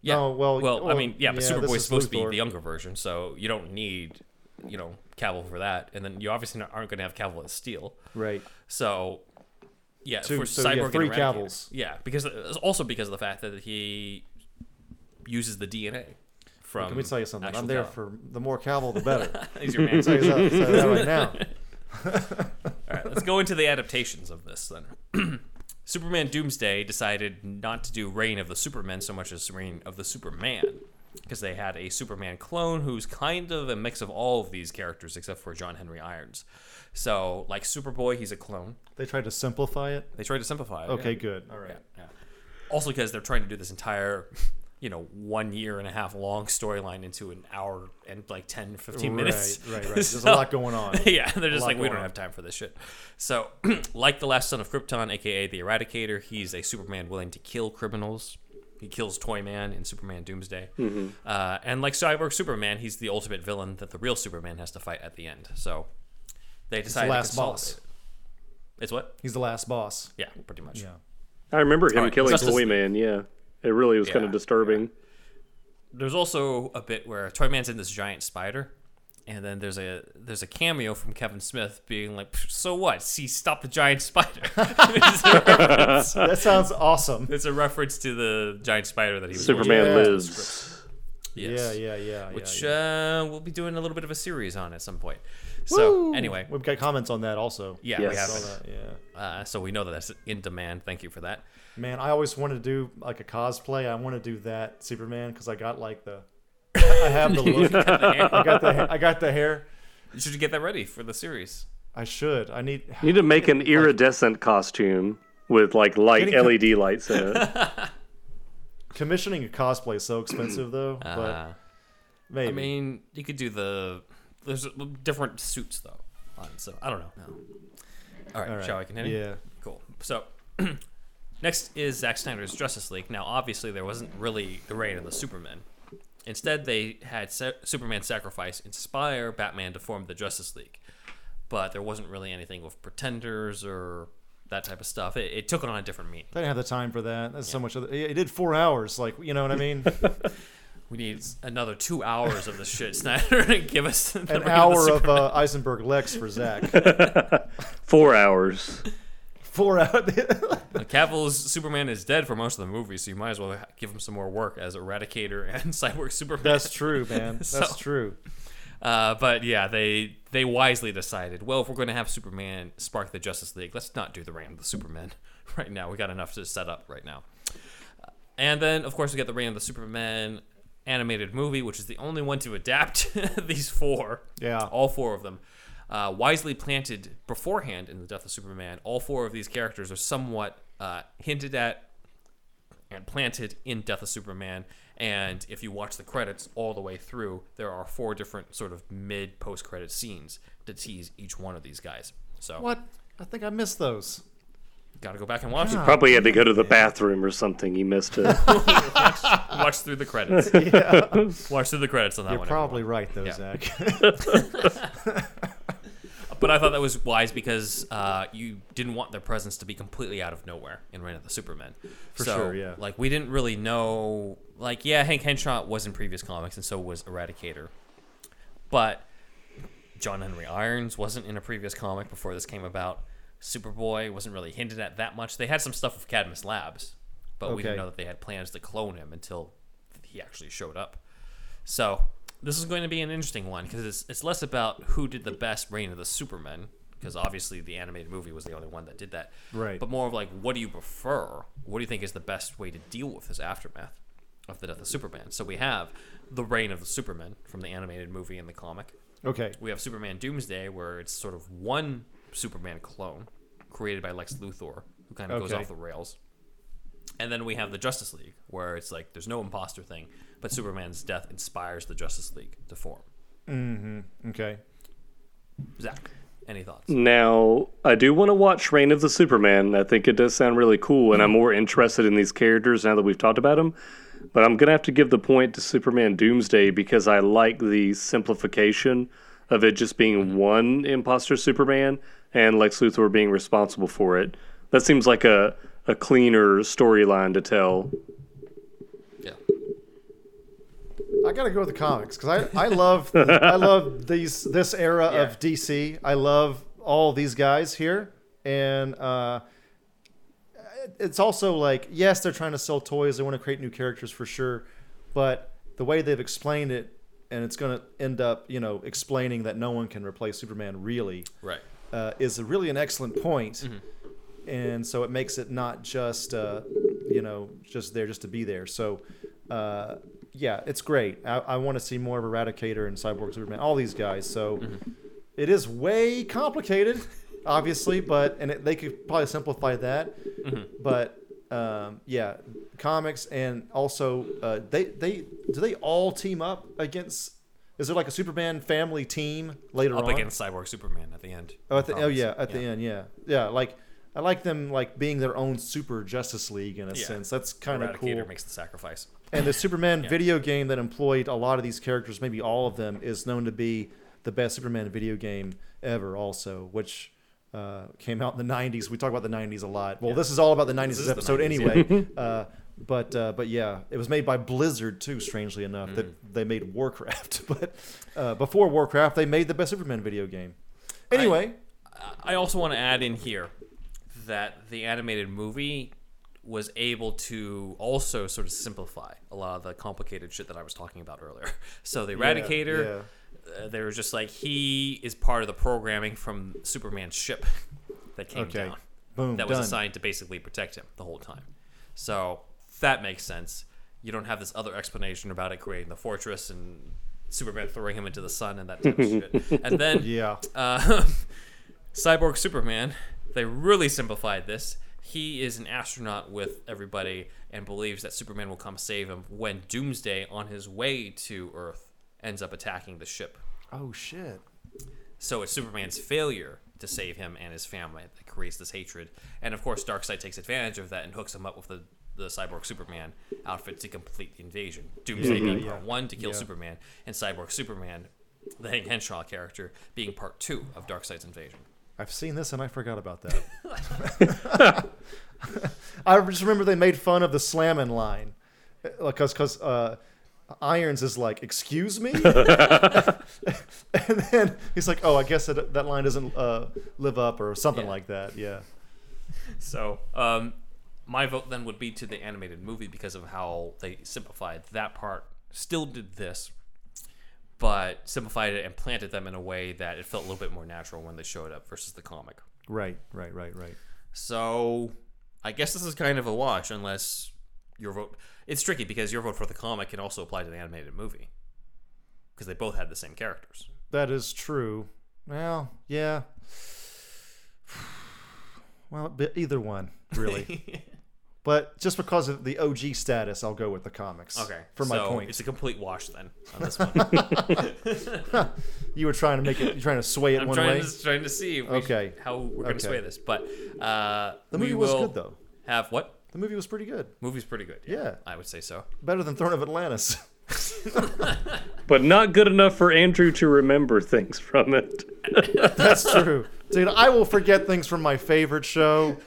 Yeah.
No, Oh, well,
well, I
well,
mean, yeah, but
yeah, this
Superboy's
is
supposed to be
Luthor.
the younger version, so you don't need, you know, Cavill for that, and then you obviously not- aren't going to have Cavill as Steel.
Right.
So, yeah,
Two-
for
so
Cyborg
you have
and
three
Eradicator.
Cavils.
Yeah, because uh, also because of the fact that he uses the DNA from.
Let me tell you something.
actual
I'm there
Cavill.
for the more Cavill, the better.
He's your man.
Tell you that- tell you that right now.
All right, let's go into the adaptations of this then. Superman Doomsday decided not to do Reign of the Superman so much as Reign of the Superman because they had a Superman clone who's kind of a mix of all of these characters except for John Henry Irons. So, like Superboy, he's a clone.
They tried to simplify it.
They tried to simplify it. yeah.
Okay, good. All right.
Yeah. Also, because they're trying to do this entire, you know, one year and a half long storyline into an hour and like 10, 15 minutes.
Right, right, right. There's
So-
a lot going on.
yeah, they're just
lot
like, we
going
don't
on.
have time for this shit. So, like the last son of Krypton, aka the Eradicator, he's a Superman willing to kill criminals. He kills Toyman in Superman Doomsday. Uh, and like Cyborg Superman, he's the ultimate villain that the real Superman has to fight at the end. So, they decided to
last boss.
consolidate it. It's what?
He's the last boss.
Yeah, pretty much.
Yeah.
I remember him
right,
killing
Justice-
Toyman. Yeah, it really was kind
Yeah,
of disturbing.
there's also a bit where Toyman's in this giant spider, and then there's a there's a cameo from Kevin Smith being like, "So what? See, stop the giant spider." it's, a reference,
That sounds awesome.
it's a reference to the giant spider that he was
Superman
Yeah.
lives.
Yes.
Yeah, yeah, yeah.
Which
yeah, yeah.
Uh, we'll be doing a little bit of a series on at some point. So anyway,
we've got comments on that also.
uh, yeah, we
Yes.
Saw
have
that, yeah.
it. Uh, so we know that that's in demand. Thank you for that.
Man, I always want to do like a cosplay. I want to do that Superman because I got like the, I have the look. I got the, I got the hair.
You should get that ready for the series.
I should. I need.
Need to make an iridescent costume with like light
Getting-
LED lights in it.
Commissioning a cosplay is so expensive though. But
Uh,
maybe.
I mean, you could do the there's different suits though. On, so I don't know. All, right,
right.
shall I continue?
Yeah.
Cool. So next is Zack Snyder's Justice League. Now, obviously, there wasn't really the reign of the Superman. Instead, they had Sa- Superman sacrifice inspire Batman to form the Justice League, but there wasn't really anything with pretenders or that type of stuff. It, it took on a different meaning.
I didn't have the time for that. That's so much. Other, it it did four hours. Like you know what I mean?
We need another two hours of this shit, Snyder, to give us the reign
An
of the
hour of
Superman.
uh, Eisenberg Lex for Zach.
Four hours.
four hours.
Cavill's Superman is dead for most of the movie, so you might as well give him some more work as Eradicator and Cyborg Superman.
That's true, man. That's
So-
true.
Uh, but yeah, they they wisely decided, well, if we're going to have Superman spark the Justice League, let's not do the Reign of the Superman right now. We got enough to set up right now. Uh, And then, of course, we get the Reign of the Superman animated movie, which is the only one to adapt these four.
Yeah.
All four of them. Uh, wisely planted beforehand in the death of Superman, all four of these characters are somewhat uh, hinted at and planted in Death of Superman. And if you watch the credits all the way through, there are four different sort of mid post credit scenes to tease each one of these guys. So
What? I think I missed those.
gotta go back and watch it.
Probably had to go to the bathroom or something. He missed it.
Watch through the credits. Watch through the credits on that
You're
one.
probably
everyone.
right though, Zach.
But I thought that was wise because uh, you didn't want their presence to be completely out of nowhere in Reign of the Superman. For
sure, yeah.
Like we didn't really know. Like yeah, Hank Henshaw was in previous comics, and so was Eradicator. But John Henry Irons wasn't in a previous comic before this came about. Superboy wasn't really hinted at that much. They had some stuff with Cadmus Labs, but we didn't
Okay.
know that they had plans to clone him until he actually showed up. So this is going to be an interesting one because it's, it's less about who did the best Reign of the Superman because obviously the animated movie was the only one that did that.
Right.
But more of like, what do you prefer? What do you think is the best way to deal with this aftermath of the death of Superman? So we have the Reign of the Superman from the animated movie and the comic.
Okay.
We have Superman Doomsday, where it's sort of one Superman clone created by Lex Luthor, who kind of goes
Okay.
off the rails. And then we have the Justice League, where it's like there's no imposter thing, but Superman's death inspires the Justice League to form.
Okay.
Zach, any thoughts?
Mm. Now, I do want to watch Reign of the Superman. I think it does sound really cool, and I'm more interested in these characters now that we've talked about them. But I'm going to have to give the point to Superman Doomsday because I like the simplification of it just being one imposter Superman and Lex Luthor being responsible for it. That seems like a, a cleaner storyline to tell.
Yeah.
I gotta go with the comics because I, I love I love these this era of DC. I love all these guys here, and uh, it's also like yes, they're trying to sell toys. They want to create new characters for sure, but the way they've explained it, and it's gonna end up you know explaining that no one can replace Superman really
Right.
uh, is a really an excellent point.
Mm-hmm.
and so it makes it not just uh, you know just there just to be there. So uh, yeah, it's great. I, I want to see more of Eradicator and Cyborg Superman, all these guys. So
Mm-hmm.
it is way complicated, obviously, but and it, they could probably simplify that,
Mm-hmm.
but. Um, yeah, comics and also uh, they they do they all team up against? Is there like a Superman family team later
Up
on?
against Cyborg Superman at the end.
Oh, at the, oh
Promise.
yeah, at the end, yeah, yeah. Like I like them like being their own super Justice League in a
Yeah.
sense. That's kind of
Eradicator
cool.
makes the sacrifice.
and the Superman video game that employed a lot of these characters, maybe all of them, is known to be the best Superman video game ever. Also, which uh, came out in the '90s. We talk about the '90s a lot. Well, this is all about the '90s this
the
episode
90s, yeah.
anyway. uh, but uh, but yeah, it was made by Blizzard too. Strangely enough,
Mm.
that they made Warcraft, but uh, before Warcraft, they made the best Superman video game. Anyway.
I also want to add in here that the animated movie was able to also sort of simplify a lot of the complicated shit that I was talking about earlier. So the Eradicator, uh, they were just like he is part of the programming from Superman's ship that came
Okay.
down.
Boom,
That was
done.
assigned to basically protect him the whole time. So that makes sense. You don't have this other explanation about it creating the fortress and Superman throwing him into the sun and that type of shit. And then
Yeah.
uh, Cyborg Superman, they really simplified this. He is an astronaut with everybody and believes that Superman will come save him when Doomsday, on his way to Earth, ends up attacking the ship.
Oh shit.
So it's Superman's failure to save him and his family that creates this hatred. And of course, Darkseid takes advantage of that and hooks him up with the, the cyborg Superman outfit to complete the invasion. Doomsday being part one to kill Superman, and cyborg Superman, the Hank Henshaw character, being part two of Darkseid's invasion.
I've seen this and I forgot about that. I just remember they made fun of the slamming line, because because uh, Irons is like, "Excuse me," and then he's like, "Oh, I guess that that line doesn't uh, live up or something
Yeah.
like that." Yeah.
So, um, my vote then would be to the animated movie because of how they simplified that part. Still did this, but simplified it and planted them in a way that it felt a little bit more natural when they showed up versus the comic.
Right. Right. Right. Right.
So, I guess this is kind of a wash unless your vote. It's tricky because your vote for the comic can also apply to the animated movie because they both had the same characters.
That is true. Well, yeah. Well, but either one, really. but just because of the OG status, I'll go with the comics. For my
so
point,
it's a complete wash then on this one.
you were trying to make it, you're trying to sway it
I'm
one way.
trying to, trying to see if we
Okay.
should- how we're going
Okay.
to sway this. But uh,
The movie
we
was
will
good though.
Have what?
The movie was pretty good.
Movie's pretty good.
Yeah.
I would say so.
Better than Throne of Atlantis.
But not good enough for Andrew to remember things from it.
That's true. Dude, I will forget things from my favorite show.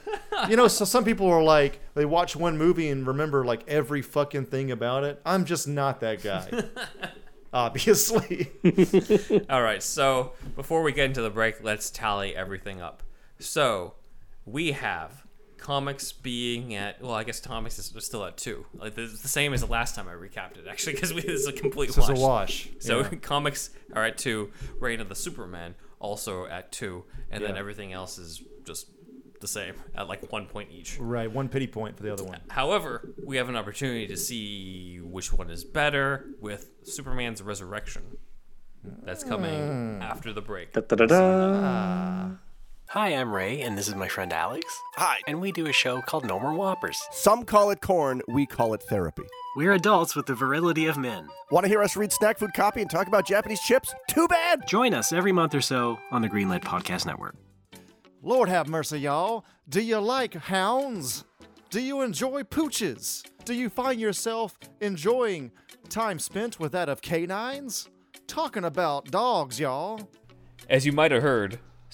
You know, so some people are like, they watch one movie and remember like every fucking thing about it. I'm just not that guy. Obviously.
All right. So before we get into the break, let's tally everything up. So we have comics being at well, I guess comics is still at two. Like this is the same as the last time I recapped it actually, because this is a complete
This
wash.
is a wash.
So
Yeah.
comics are at two. Reign of the Superman also at two, and then
Yeah.
everything else is just the same at like one point each.
Right, one pity point for the other one.
However, we have an opportunity to see which one is better with Superman's resurrection That's coming after the break.
Hi, I'm Ray, and this is my friend Alex.
Hi.
And we do a show called No More Whoppers.
Some call it corn, we call it therapy.
We're adults with the virility of men.
Want to hear us read snack food copy and talk about Japanese chips? Too bad!
Join us every month or so on the Greenlight Podcast Network.
Lord have mercy, y'all. Do you like hounds? Do you enjoy pooches? Do you find yourself enjoying time spent with that of canines? Talking about dogs, y'all.
As you might have heard,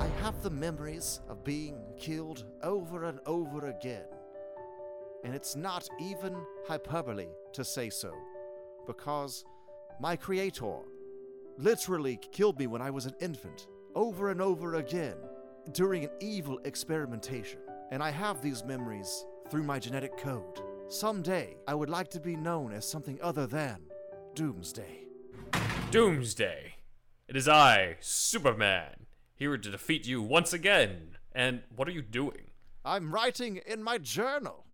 I have the memories of being killed over and over again. And it's not even hyperbole to say so, because my creator literally killed me when I was an infant, over and over again, during an evil experimentation. And I have these memories through my genetic code. Someday, I would like to be known as something other than Doomsday.
Doomsday. It is I, Superman, here to defeat you once again. And what are you doing?
I'm writing in my journal.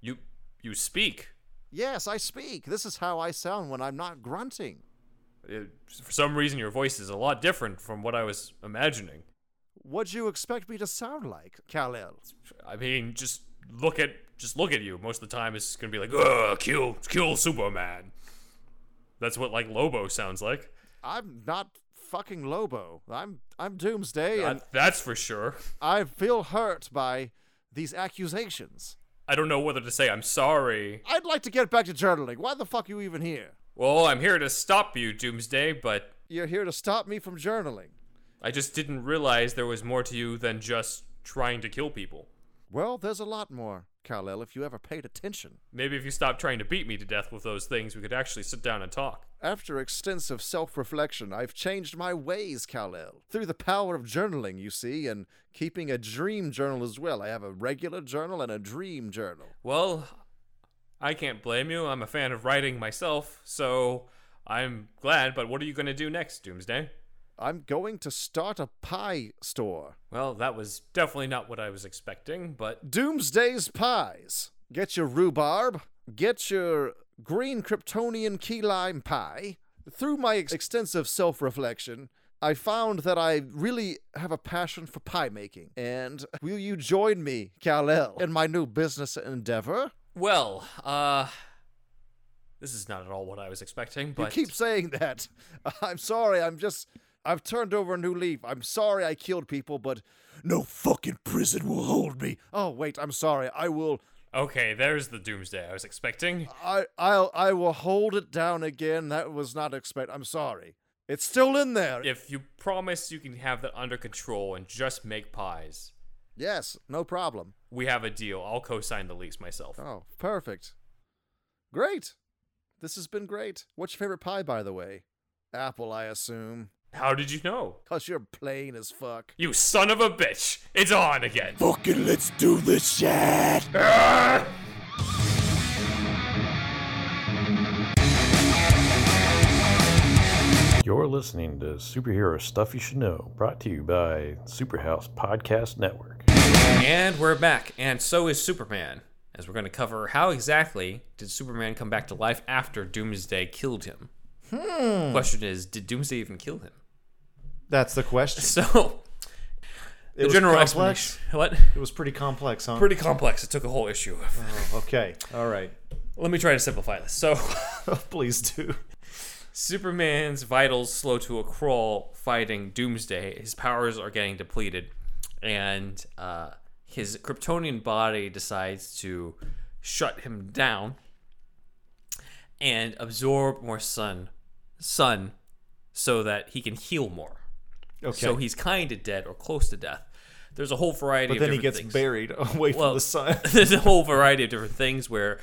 You you speak.
Yes, I speak. This is how I sound when I'm not grunting.
Uh, For some reason your voice is a lot different from what I was imagining.
What'd you expect me to sound like, Kal-El?
I mean, just look at just look at you. Most of the time it's going to be like, "Ugh, kill kill Superman." That's what like Lobo sounds like.
I'm not fucking Lobo. I'm I'm Doomsday, and
Uh, that's for sure.
I feel hurt by these accusations.
I don't know whether to say I'm sorry.
I'd like to get back to journaling. Why the fuck are you even here?
Well, I'm here to stop you, Doomsday, but
You're here to stop me from journaling.
I just didn't realize there was more to you than just trying to kill people.
Well, there's a lot more, Kal-El, if you ever paid attention.
Maybe if you stopped trying to beat me to death with those things, we could actually sit down and talk.
After extensive self reflection, I've changed my ways, Kal-El. Through the power of journaling, you see, and keeping a dream journal as well. I have a regular journal and a dream journal.
Well, I can't blame you. I'm a fan of writing myself, so I'm glad, but what are you going to do next, Doomsday?
I'm going to start a pie store.
Well, that was definitely not what I was expecting, but
Doomsday's Pies. Get your rhubarb. Get your green Kryptonian key lime pie. Through my ex- extensive self reflection, I found that I really have a passion for pie making. And will you join me, Kal-El, in my new business endeavor?
well, uh this is not at all what I was expecting, but
You keep saying that. I'm sorry. I'm just. I've turned over a new leaf. I'm sorry I killed people, but no fucking prison will hold me. Oh wait, I'm sorry. I will.
okay, there's the Doomsday I was expecting.
I I'll I will hold it down again. That was not expect. I'm sorry. It's still in there.
If you promise you can have that under control and just make pies,
yes, no problem.
we have a deal. I'll co-sign the lease myself.
Oh, perfect. Great. This has been great. What's your favorite pie, by the way? Apple, I assume.
How did you know?
Cause you're plain as fuck.
You son of a bitch! It's on again!
Fucking let's do this shit!
You're listening to Superhero Stuff You Should Know, brought to you by Superhouse Podcast Network.
And we're back, and so is Superman, as we're going to cover how exactly did Superman come back to life after Doomsday killed him. Hmm. Question is, did Doomsday even kill him?
That's the question.
So, the
was
general
complex?
explanation. What?
It was pretty complex, huh? Oh,
Pretty complex. It took a whole issue.
Okay. All right.
Let me try to simplify this. So,
Please do.
Superman's vitals slow to a crawl fighting Doomsday. His powers are getting depleted, and uh, his Kryptonian body decides to shut him down and absorb more sun, sun, so that he can heal more.
Okay.
So he's kind of dead or close to death. There's a whole variety.
but
of
then he
different
gets
things
buried away from the sun.
there's a whole variety of different things where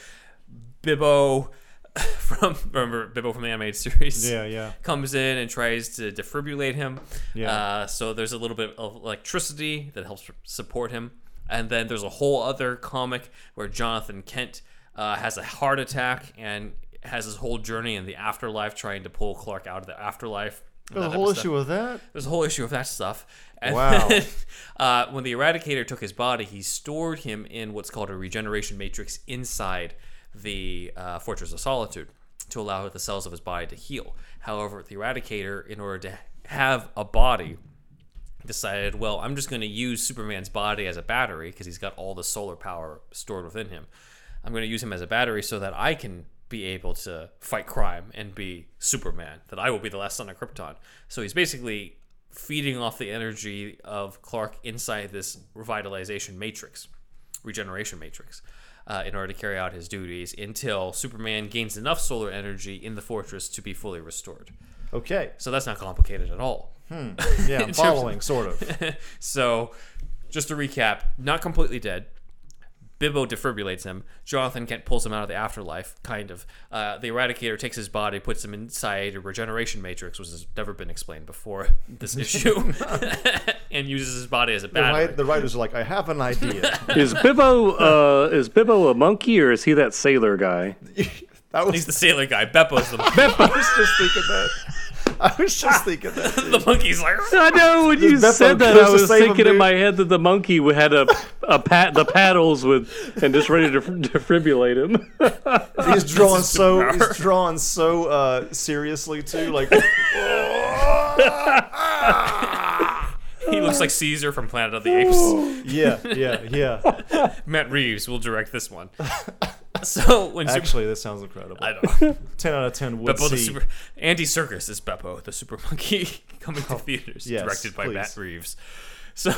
Bibbo from remember Bibbo from the animated series.
Yeah, yeah.
Comes in and tries to defibrillate him.
Yeah.
Uh, so there's a little bit of electricity that helps support him, and then there's a whole other comic where Jonathan Kent uh, has a heart attack and has his whole journey in the afterlife trying to pull Clark out of the afterlife. And
The
that
whole
episode-
issue with that.
there's a whole issue of that stuff. And
Wow.
then, uh, when the Eradicator took his body, he stored him in what's called a regeneration matrix inside the uh, Fortress of Solitude to allow the cells of his body to heal. However, the Eradicator, in order to have a body, decided, well, I'm just going to use Superman's body as a battery because he's got all the solar power stored within him. I'm going to use him as a battery so that I can be able to fight crime and be Superman, that I will be the last son of Krypton. So he's basically feeding off the energy of Clark inside this revitalization matrix, regeneration matrix. Uh, in order to carry out his duties until Superman gains enough solar energy in the fortress to be fully restored.
Oh.
Okay.
So that's not complicated at all.
Yeah, I'm
terms of-
following sort of.
So, just to recap, not completely dead. Bibbo defibrillates him. Jonathan Kent pulls him out of the afterlife, kind of. Uh, the Eradicator takes his body, puts him inside a regeneration matrix, which has never been explained before this issue, and uses his body as a
The,
battery.
write, the writers are like, I have an idea.
Is Bibbo uh, is Bibbo a monkey or is he that sailor guy?
That was
He's the sailor guy. Beppo's the monkey.
I was just thinking that. I was just thinking that.
the monkey's like,
I know when you
Beppo
said that,
goes
I
to
was
save him,
thinking in
dude.
my head that the monkey had a a pat the paddles with and just ready to defibrillate him.
He's drawn so he's drawn so uh, seriously too. Like
he looks like Caesar from Planet of the Apes.
yeah, yeah, yeah.
Matt Reeves will direct this one. So when Super-
Actually, this sounds incredible.
I don't know.
Ten out of ten would
Beppo the
see.
super Andy Circus is Beppo the super monkey coming to theaters,
Oh, yes,
directed by Matt
please.
Reeves. So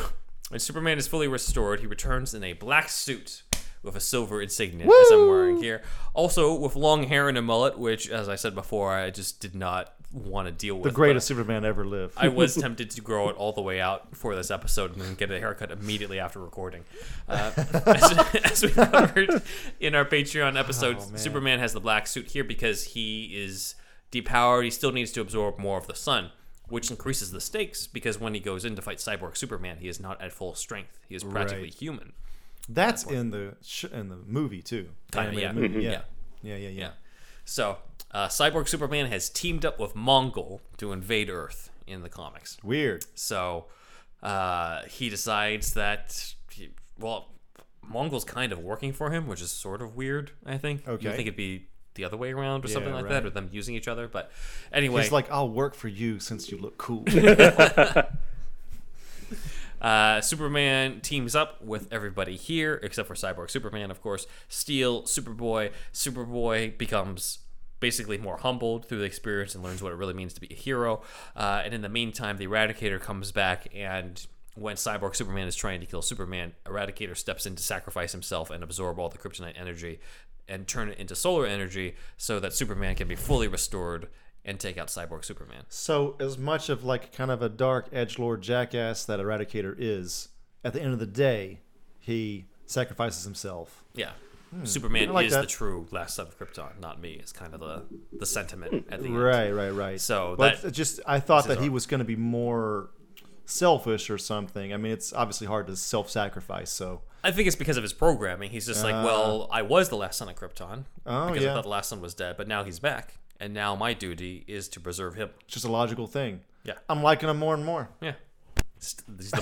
when Superman is fully restored, he returns in a black suit with a silver insignia, as I'm wearing here. Also with long hair and a mullet, which, as I said before, I just did not want to deal with.
the greatest Superman ever lived.
I was tempted to grow it all the way out for this episode and then get a haircut immediately after recording. Uh, as, as we covered in our Patreon episode, Superman has the black suit here because he is depowered. He still needs to absorb more of the sun, which increases the stakes because when he goes in to fight Cyborg Superman, he is not at full strength. He is practically
Right.
human.
That's in the sh- in the movie too. The
Kinda,
animated
yeah.
movie,
Mhm.
yeah.
Yeah.
yeah, yeah, yeah.
Yeah. So, uh, Cyborg Superman has teamed up with Mongol to invade Earth in the comics.
Weird.
So uh, he decides that, he, well, Mongol's kind of working for him, which is sort of weird, I think.
Okay.
You think it'd be the other way around or something like
right.
that, or them using each other. But anyway,
He's like, I'll work for you since you look cool.
uh, Superman teams up with everybody here, except for Cyborg Superman, of course, Steel, Superboy. Superboy becomes basically more humbled through the experience and learns what it really means to be a hero. Uh, and in the meantime, the Eradicator comes back and. When Cyborg Superman is trying to kill Superman, Eradicator steps in to sacrifice himself and absorb all the kryptonite energy and turn it into solar energy so that Superman can be fully restored and take out Cyborg Superman.
so, as much of like kind of a dark edge lord jackass that Eradicator is, at the end of the day, he sacrifices himself.
Yeah. Superman
Hmm. I like
is the
that.
true last son of Krypton, not me. Is kind of the the sentiment at the end.
Right, right, right.
So
but
that-
it just I thought that he was going to be more selfish or something. I mean, it's obviously hard to self-sacrifice. So
I think it's because of his programming. He's just like, well, I was the last son of Krypton
Uh. Oh,
because I
yeah.
thought the last son was dead, but now he's back, and now my duty is to preserve him.
it's just a logical thing.
Yeah.
I'm liking him more and more.
Yeah, he's he's the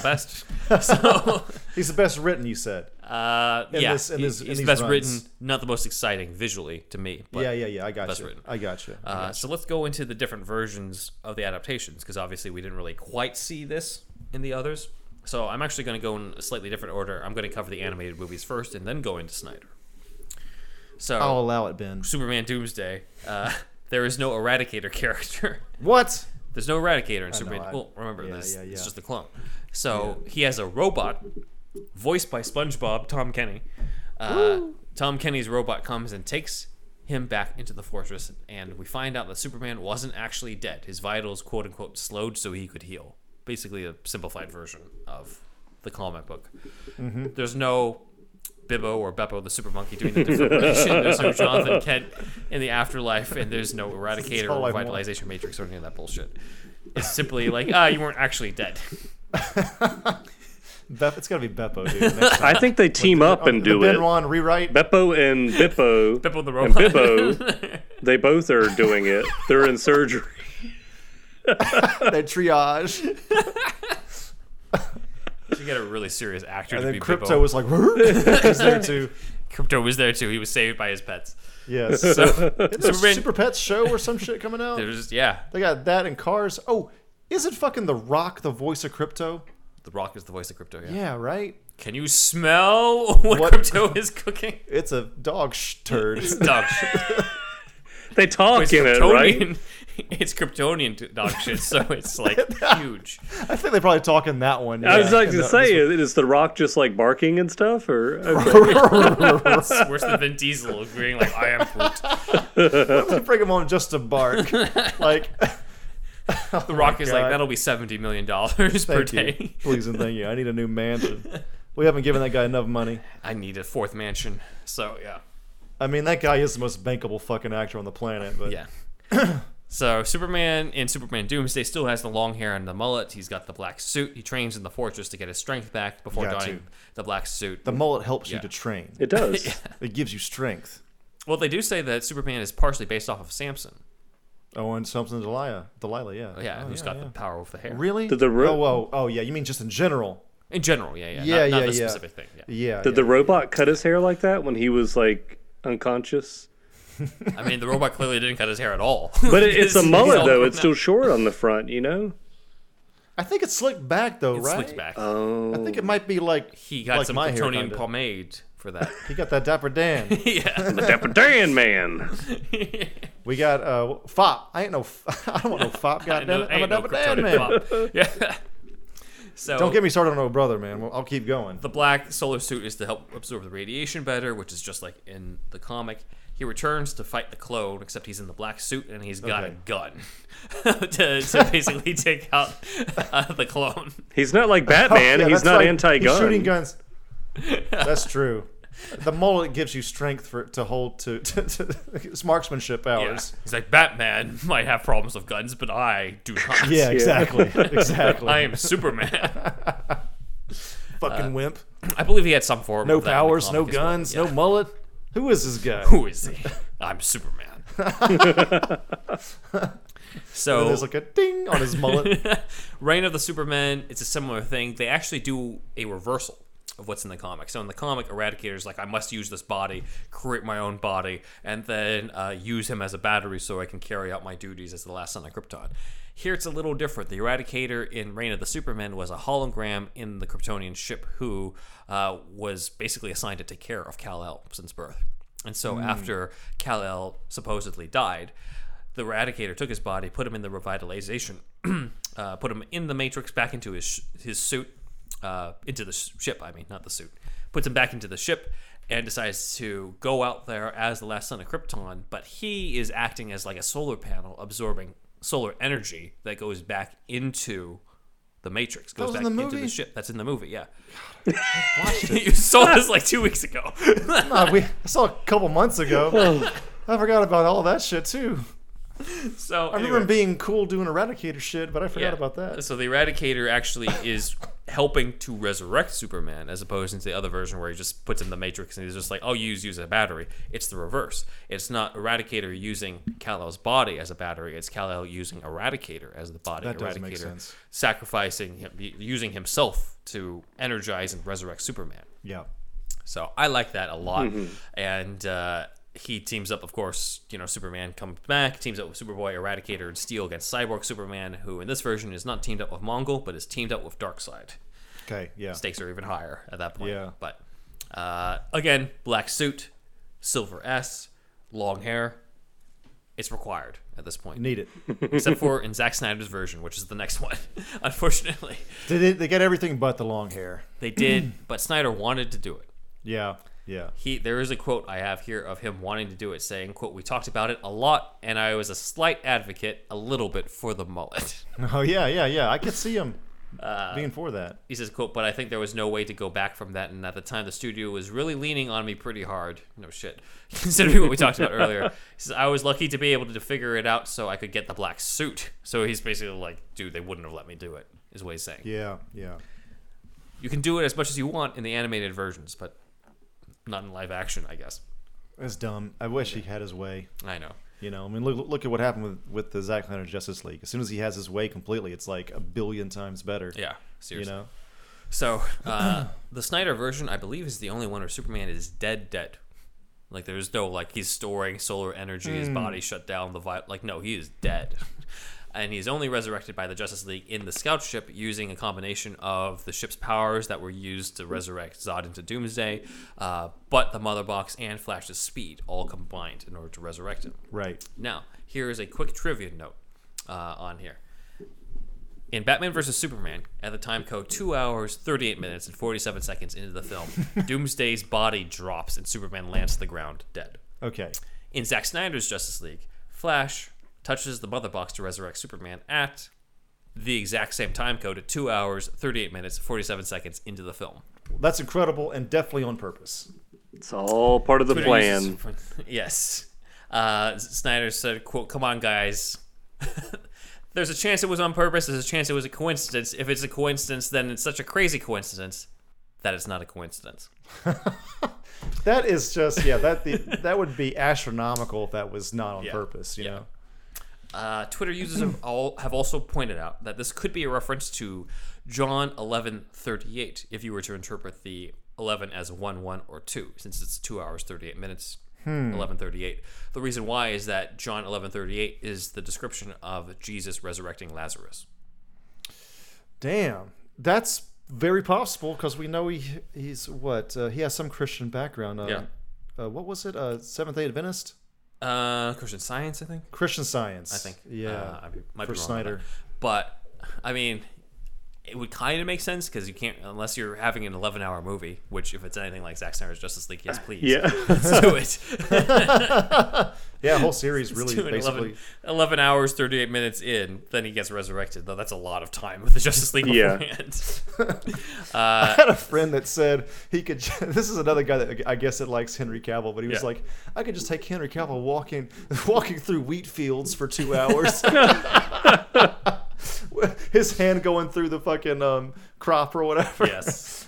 best. so
He's the best written. You said.
uh, yeah,
this- in
he-
this- in
he's the
these
best
runs.
written, not the most exciting visually to me. But
yeah, yeah, yeah. I got
best
you.
written.
I got you.
Uh, so let's go into the different versions of the adaptations because obviously we didn't really quite see this in the others. So I'm actually going to go in a slightly different order. I'm going to cover the animated movies first and then go into Snyder. So
I'll allow it, Ben.
Superman Doomsday, uh, there is no Eradicator character.
What?
There's no Eradicator in Superman.
I-
well, remember
yeah,
this.
yeah, yeah.
It's just a clone. So he has a robot, voiced by SpongeBob Tom Kenny. Uh, Tom Kenny's robot comes and takes him back into the fortress, and we find out that Superman wasn't actually dead. His vitals, quote unquote, slowed so he could heal. Basically, a simplified version of the comic book. There's no Bibbo or Beppo the super monkey doing the defibrillation. there's no Jonathan Kent in the afterlife, and there's no eradicator
all
or
I want.
revitalization matrix or any of that bullshit. It's simply like, ah, you weren't actually dead.
Bep- it's got to be Beppo, dude. Next time.
I think they team up and do
the
it.
Benron rewrite.
Beppo and Bippo.
Beppo the
and
robot.
Bippo, they both are doing it. They're in surgery.
They triage.
you get a really serious actor
and
to
then
be
Crypto
Bibbo.
was like, is there too?
Crypto was there too. He was saved by his pets.
Yes.
So
Isn't there a
Superman-
Super Pets show or some shit coming out?
there's yeah,
They got that and Cars. Oh, isn't fucking The Rock the voice of Crypto?
The Rock is the voice of Crypto. Yeah.
Yeah, right.
Can you smell what,
What-
Crypto is cooking?
It's a dog sh- turd.
Dog shit.
They talk
It's
in it, right?
Kryptonian. It's Kryptonian t- dog shit, so it's like huge.
I think they probably talk in that one.
I was
yeah.
like
And
to
the-
say, is the Rock just like barking and stuff, or
It's worse than Vin Diesel agreeing like I am Groot.
bring him on just to bark. like,
The Rock is like
Oh God.
that'll be seventy million dollars per
thank you.
day.
Please and thank you. I need a new mansion. We haven't given that guy enough money.
I need a fourth mansion. So yeah,
I mean, that guy is the most bankable fucking actor on the planet. But
yeah. So Superman in Superman Doomsday still has the long hair and the mullet. He's got the black suit. He trains in the fortress to get his strength back before
Got
donning
to.
the black suit.
the mullet helps
Yeah.
you to train.
it does?
It gives you strength.
well, they do say that Superman is partially based off of Samson.
Oh, and something Delilah. Delilah, Oh, yeah.
Oh, Yeah, who's got the power of the hair.
Really?
Did the ro-
oh, whoa. Oh, yeah. You mean just in general?
In general, yeah, yeah,
Yeah,
not, not
yeah,
the
yeah.
specific thing. Yeah.
Yeah.
Did
yeah.
the robot cut his hair like that when he was like unconscious?
I mean, the robot clearly didn't cut his hair at all.
But it, it's a
He's
mullet
all
though;
grown
it's
up.
still short on the front, you know.
I think it's slicked back though,
It's
right?
slicked back.
I think it might be like
he got
like
some
my hair
Kryptonian
kinda.
pomade for that.
He got that Dapper Dan.
yeah.
The Dapper Dan man.
we got uh Fop. I ain't no. F- I don't want no Fop. Goddamn it! I'm a
Ain't no
Dapper Dan
uh, Kryptonian
man.
pop. Yeah. So
Don't get me started on no brother, man. Well, I'll keep going.
the black solar suit is to help absorb the radiation better, which is just like in the comic. He returns to fight the clone, except he's in the black suit and he's got
Okay.
a gun to, to basically take out uh, the clone.
He's not like
Oh,
Batman.
yeah,
he's
that's
not
like-
anti-gun.
He's shooting guns. That's true. The mullet gives you strength for to hold to, to, to it's marksmanship
Yeah.
hours.
He's like Batman might have problems with guns, but I do not.
Yeah, exactly, exactly.
I am Superman.
fucking wimp.
I believe he had some form.
No
of that in the
powers, no
comic as well.
guns,
Yeah.
no mullet. Who is this guy?
Who is he? I'm Superman. so,
There's like a ding on his mullet.
Reign of the Superman. It's a similar thing. They actually do a reversal of what's in the comic. So in the comic, Eradicator's like, I must use this body, create my own body, and then uh, use him as a battery so I can carry out my duties as the last son of Krypton. Here it's a little different. The Eradicator in Reign of the Superman was a hologram in the Kryptonian ship who uh, was basically assigned to take care of Kal-El since birth. And so after Kal-El supposedly died, the Eradicator took his body, put him in the revitalization, uh, put him in the Matrix, back into his sh- his suit, uh, into the sh- ship. I mean, not the suit. Puts him back into the ship and decides to go out there as the last son of Krypton. But he is acting as like a solar panel, absorbing solar energy that goes back into the Matrix. Goes
was
back
in the
into the
movie?
ship. That's in the movie. Yeah. you saw this like two weeks ago.
Uh, we, I saw a couple months ago. I forgot about all that shit too.
so
I remember him being cool doing Eradicator shit, but I forgot about that.
So the Eradicator actually is helping to resurrect Superman, as opposed to the other version where he just puts in the Matrix and he's just like, "Oh, you use use a battery." It's the reverse. It's not Eradicator using Kal-El's body as a battery. It's Kal-El using Eradicator as the body.
That
Eradicator
does make sense.
sacrificing him, using himself to energize and resurrect Superman.
Yeah.
So I like that a lot. And uh, he teams up, of course, you know, Superman comes back, teams up with Superboy, Eradicator, and Steel against Cyborg Superman, who in this version is not teamed up with Mongol, but is teamed up with Darkseid.
Okay. Yeah.
Stakes are even higher at that point.
Yeah.
But uh, again, black suit, silver S, long hair. It's required at this point,
Need it.
except for in Zack Snyder's version, which is the next one, unfortunately.
They, did- they got everything but the long hair.
They did, but Snyder wanted to do it.
Yeah. Yeah.
he there is a quote I have here of him wanting to do it, saying, "quote We talked about it a lot, and I was a slight advocate, a little bit for the mullet."
Oh yeah. Yeah. Yeah. I could see him being for that.
he says, quote, but I think there was no way to go back from that. And at the time, the studio was really leaning on me pretty hard. No shit. Considering what we talked about earlier. He says, I was lucky to be able to figure it out so I could get the black suit. So he's basically like, dude, they wouldn't have let me do it, is what he's saying.
Yeah, yeah.
You can do it as much as you want in the animated versions, but not in live action, I guess.
That's dumb. I wish he had his way.
I know.
You know, I mean, look look at what happened with, with the Zack Snyder Justice League. As soon as he has his way completely, it's like a billion times better.
Yeah, seriously.
You know,
So uh, the Snyder version, I believe, is the only one where Superman is dead, dead. Like there's no like he's storing solar energy, his body shut down. The vi- like no, he is dead, and he's only resurrected by the Justice League in the scout ship using a combination of the ship's powers that were used to resurrect Zod into Doomsday, uh, but the Mother Box and Flash's speed all combined in order to resurrect him.
right?
Now, here is a quick trivia note uh, on here. In Batman vs. Superman, at the time code 2 hours, 38 minutes, and 47 seconds into the film, Doomsday's body drops and Superman lands to the ground dead.
Okay.
In Zack Snyder's Justice League, Flash touches the mother box to resurrect Superman at the exact same time code at 2 hours, 38 minutes, 47 seconds into the film.
That's incredible and definitely on purpose.
It's all part of the
Twitter uses-
plan.
yes. Uh, Snyder said, "Quote: Come on, guys. There's a chance it was on purpose. There's a chance it was a coincidence. If it's a coincidence, then it's such a crazy coincidence that it's not a coincidence."
That is just yeah. That the, that would be astronomical if that was not on purpose. You
yeah.
know.
Uh, Twitter users have, all, have also pointed out that this could be a reference to John 11:38 if you were to interpret the 11 as 1 1 or 2 since it's 2 hours 38 minutes 11:38. The reason why is that John 11:38 is the description of Jesus resurrecting Lazarus.
Damn, that's very possible because we know he he's what uh, he has some Christian background. Uh,
Yeah.
Uh, what was it? Uh, Seventh Day Adventist.
Uh, Christian Science, I think.
Christian Science.
I think.
Yeah.
Uh, I might
for
be wrong on
Snyder.
that. But I mean, it would kind of make sense because you can't unless you're having an 11-hour movie, which if it's anything like Zack Snyder's Justice League,
Ah,
yes, please.
Yeah.
Let's do it.
Yeah, whole series really
Doing 11,
basically.
11 hours, 38 minutes in, then he gets resurrected. Though that's a lot of time with the Justice League
Yeah.
beforehand.
I had a friend that said he could. ju- This is another guy that I guess that likes Henry Cavill, but he was
Yeah.
like, I could just take Henry Cavill walking walking through wheat fields for two hours. His hand going through the fucking um, crop or whatever.
yes.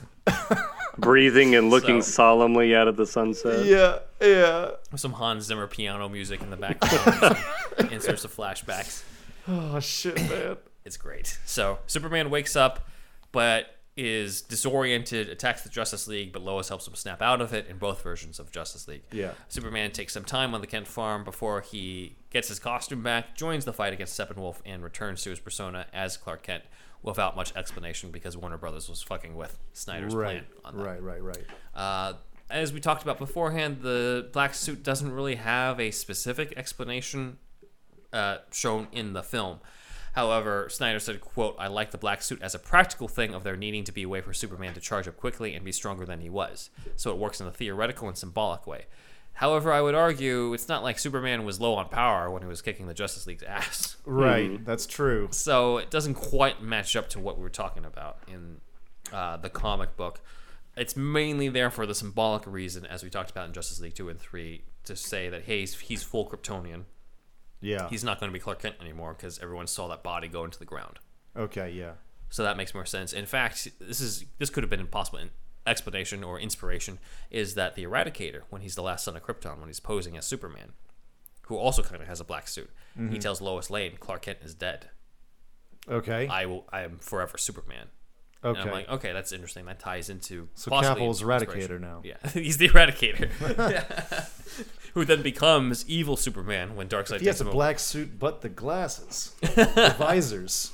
Breathing and looking
So-
solemnly out of the sunset.
Yeah, yeah.
With some Hans Zimmer piano music in the background, some inserts of flashbacks.
Oh shit, man.
It's great. So Superman wakes up, but is disoriented, attacks the Justice League, but Lois helps him snap out of it in both versions of Justice League.
Yeah.
Superman takes some time on the Kent farm before he gets his costume back, joins the fight against Steppenwolf, and returns to his persona as Clark Kent without much explanation because Warner Brothers was fucking with Snyder's plan
Right,
on that.
right, right, right.
Uh, as we talked about beforehand, the black suit doesn't really have a specific explanation uh, shown in the film. However, Snyder said, quote, I like the black suit as a practical thing of there needing to be a way for Superman to charge up quickly and be stronger than he was. So it works in a theoretical and symbolic way. However, I would argue it's not like Superman was low on power when he was kicking the Justice League's ass.
Right,
Hmm.
that's true.
So it doesn't quite match up to what we were talking about in uh, the comic book. It's mainly there for the symbolic reason, as we talked about in Justice League 2 and 3, to say that, hey, he's, he's full Kryptonian.
Yeah.
He's not going to be Clark Kent anymore because everyone saw that body go into the ground.
okay, yeah.
So that makes more sense. In fact, this is this could have been an impossible in- explanation or inspiration is that the Eradicator, when he's the last son of Krypton, when he's posing as Superman, who also kind of has a black suit,
Mm-hmm.
he tells Lois Lane, Clark Kent is dead.
Okay.
I will. I am forever Superman.
okay.
And I'm like, okay, that's interesting. That ties into
So
possibly
Cavill's
inspiration.
Eradicator now.
Yeah, he's the Eradicator, who then becomes evil Superman when Darkseid takes
he has a
him over.
black suit, but the glasses, the visors.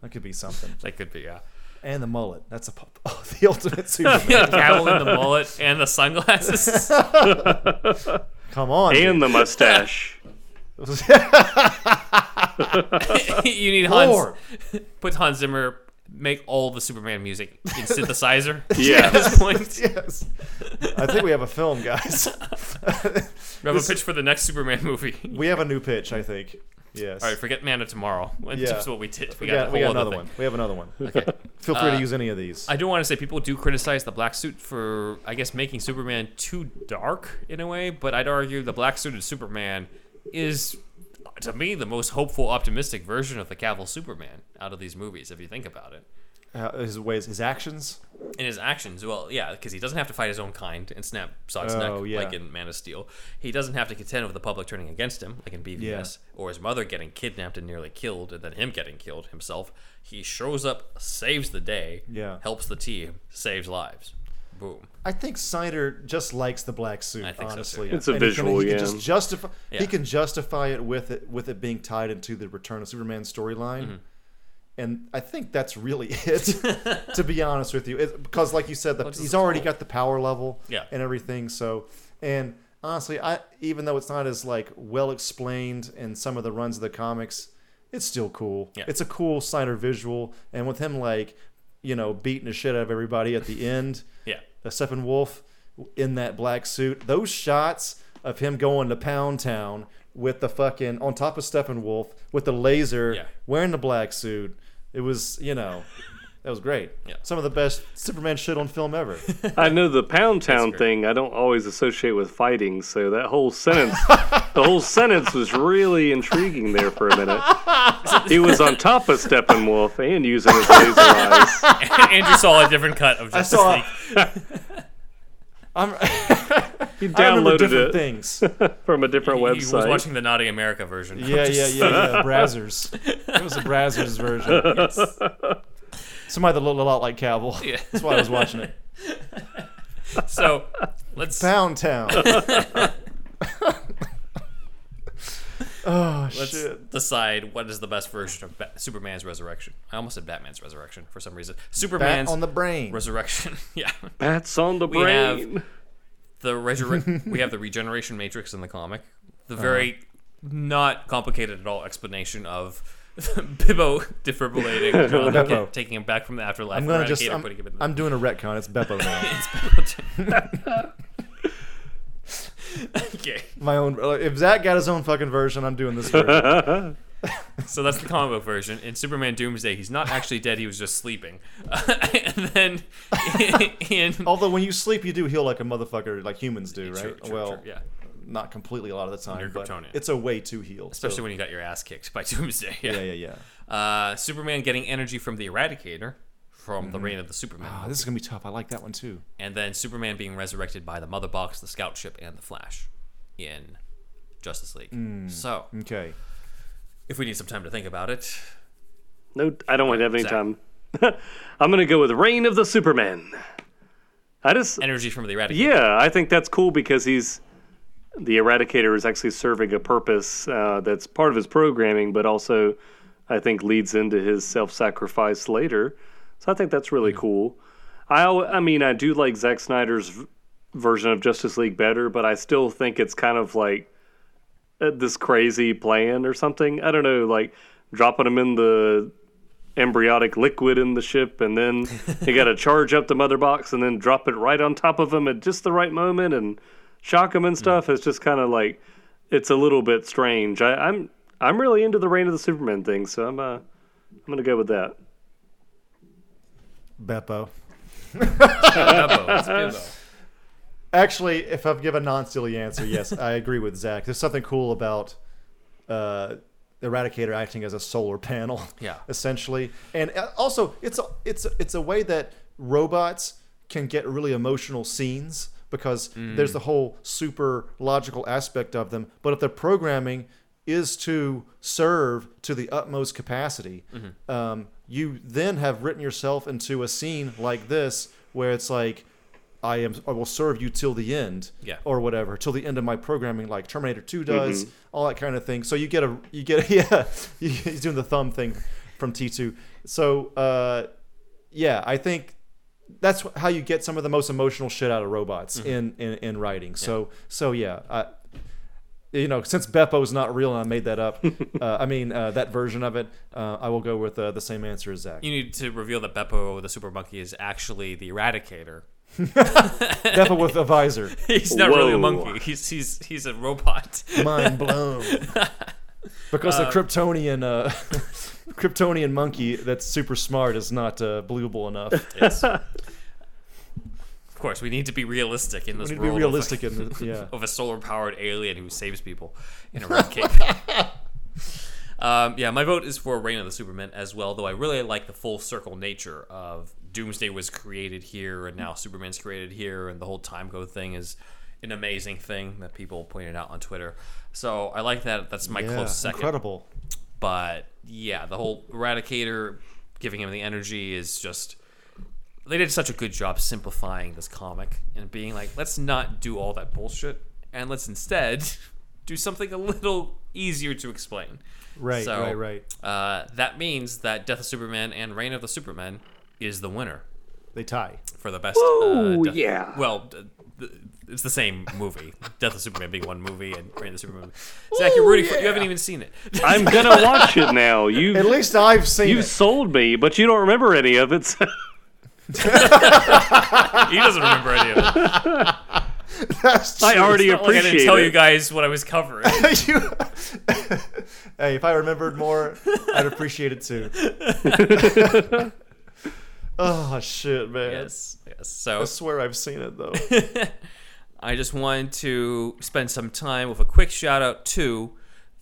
That could be something.
That could be yeah.
And the mullet. That's a pop. Oh, the ultimate Superman.
Yeah, Cavill in the mullet and the sunglasses.
Come on.
And the mustache.
you need Hans.
Lord.
Put Hans Zimmer. Make all the Superman music in synthesizer.
Yeah.
At this point,
Yes. I think we have a film, guys.
we have a pitch for the next Superman movie.
we have a new pitch, I think.
Yes.
All right, forget Man of Tomorrow. That's
Yeah.
what we did.
we
We got, a
got, we
whole
got another
other thing.
one. We have another one.
Okay. Uh,
Feel free to use any of these.
I do want to say people do criticize the black suit for, I guess, making Superman too dark in a way, but I'd argue the black suited Superman is, to me, the most hopeful, optimistic version of the Cavill Superman out of these movies, if you think about it.
How- his ways, his actions.
in his actions. Well, yeah, because he doesn't have to fight his own kind and snap Zod's
Oh,
neck
yeah.
like in Man of Steel. He doesn't have to contend with the public turning against him like in BVS or his mother getting kidnapped and nearly killed and then him getting killed himself. He shows up, saves the day,
Yeah.
helps the team, saves lives. Boom.
I think Snyder just likes the black suit.
I think so, too,
honestly,
yeah.
It's a
And he can-
visual,
He can
yeah.
just justify.
Yeah.
He can justify it with it with it being tied into the Return of Superman storyline.
Mm-hmm.
And I think that's really it, to be honest with you. It, because, like you said, the,
this
he's
is
already
cool.
got the power level
Yeah.
and everything. So, and honestly, I even though it's not as like well explained in some of the runs of the comics, it's still cool.
Yeah.
It's a cool Snyder visual, and with him like, you know, beating the shit out of everybody at the end
Yeah.
uh, Steppenwolf in that black suit. Those shots of him going to Pound Town with the fucking on top of Steppenwolf with the laser,
Yeah.
wearing the black suit. It was you know, that was great.
Yeah.
Some of the best Superman shit on film ever.
I know the Pound Town thing. I don't always associate with fighting, so that whole sentence, the whole sentence was really intriguing there for a minute. He was on top of Steppenwolf and using his laser eyes.
Andrew saw a different cut of Justice
saw-
League.
I'm,
He
I remember
downloaded
different
it
things.
from a different
He was
website.
watching the Naughty America version.
Yeah, yeah, yeah, yeah. Brazzers. It was a Brazzers version. Somebody that looked a lot like Cavill. Yeah. That's why I was watching it.
So let's
Pound Town. oh
let's
shit.
decide what is the best version of ba- Superman's resurrection. I almost said Batman's resurrection for some reason. Superman's
Bat on the brain.
resurrection. yeah,
Bats on the
have-
brain.
the resurre- We have the regeneration matrix in the comic.
Uh-huh.
The very not complicated at all explanation of Bibbo defibrillating John Luke,
Beppo.
taking him back from the afterlife.
I'm gonna just.
Eradicator
I'm,
putting him in the-
I'm doing a retcon. It's Beppo now.
okay,
My own. If Zach got his own fucking version, I'm doing this version.
so that's the comic book version. In Superman Doomsday, he's not actually dead; he was just sleeping. and then in
Although when you sleep, you do heal like a motherfucker, like humans do, right?
Sure, sure,
well,
sure, yeah.
not completely a lot of the time,
You're
but
Kryptonian.
it's a way to heal.
Especially
so,
when you got your ass kicked by Doomsday. Yeah,
yeah, yeah, yeah.
Uh, Superman getting energy from the Eradicator from the reign of the Superman,
Oh, this is gonna be tough. I like that one too.
and then Superman being resurrected by the Mother Box, the Scout Ship, and the Flash in Justice League.
Hmm.
So,
Okay.
if we need some time to think about it,
No, I don't want to have any
Zach.
time. I'm gonna go with Reign of the Superman. I just,
energy from the Eradicator.
yeah, I think that's cool because he's the Eradicator is actually serving a purpose uh, that's part of his programming, but also I think leads into his self-sacrifice later. So I think that's really cool. I, al- I mean, I do like Zack Snyder's v- version of Justice League better, but I still think it's kind of like uh, this crazy plan or something. I don't know, like dropping him in the embryotic liquid in the ship, and then you got to charge up the mother box and then drop it right on top of him at just the right moment and shock him
Hmm.
and stuff. It's just kind of like it's a little bit strange. I, I'm I'm really into the Reign of the Superman thing, so I'm uh, I'm gonna go with that.
Beppo.
Beppo, it's Beppo.
Actually, if I've given a non-silly answer, yes, I agree with Zach. There's something cool about uh, Eradicator acting as a solar panel,
Yeah.
essentially. And uh, also, it's a, it's a, it's a way that robots can get really emotional scenes because there's the whole super logical aspect of them. But if the programming is to serve to the utmost capacity, um, you then have written yourself into a scene like this where it's like. I am. I will serve you till the end,
Yeah.
or whatever, till the end of my programming, like Terminator Two does, all that kind of thing. So you get a, you get, yeah, he's doing the thumb thing from T two. So uh, yeah, I think that's wh- how you get some of the most emotional shit out of robots in, in in writing. So so yeah, I, you know, since Beppo's not real and I made that up, uh, I mean uh, that version of it, uh, I will go with uh, the same answer as Zach.
You need to reveal that Beppo, the super monkey, is actually the Eradicator.
Beppo with a visor,
He's not really a
Whoa.
monkey. He's he's he's a robot.
mind blown.
Because the Kryptonian uh, Kryptonian monkey that's super smart is not uh, believable enough.
Of course, we need to be realistic in this
We need to be
world. of,
realistic
like,
in the, yeah.
of a solar powered alien who saves people in a red cape. um, yeah, my vote is for Reign of the Superman as well, though I really like the full circle nature of Doomsday was created here and now Superman's created here, and the whole time go thing is an amazing thing that people pointed out on Twitter. So I like that. That's my close second.
incredible.
But yeah, the whole Eradicator giving him the energy is just. They did such a good job simplifying this comic and being like, let's not do all that bullshit and let's instead do something a little easier to explain.
Right,
So,
right, right.
Uh, that means that Death of Superman and Reign of the Superman is the winner
They tie.
for the best. Oh uh, Death-
yeah.
Well, d- th- it's the same movie. Death of Superman being one movie and Reign of the Superman. Zach, you're rooting for. You haven't even seen it.
I'm gonna watch it now. You
At least I've seen
you
it.
sold me, but you don't remember any of it. so-
he doesn't remember any of it.
That's
I already
like I
appreciate
didn't tell
it.
you guys what I was covering.
true. You- hey, if I remembered more, I'd appreciate it too. oh shit, man!
yes, yes. So
I swear I've seen it though.
I just wanted to spend some time with a quick shout out to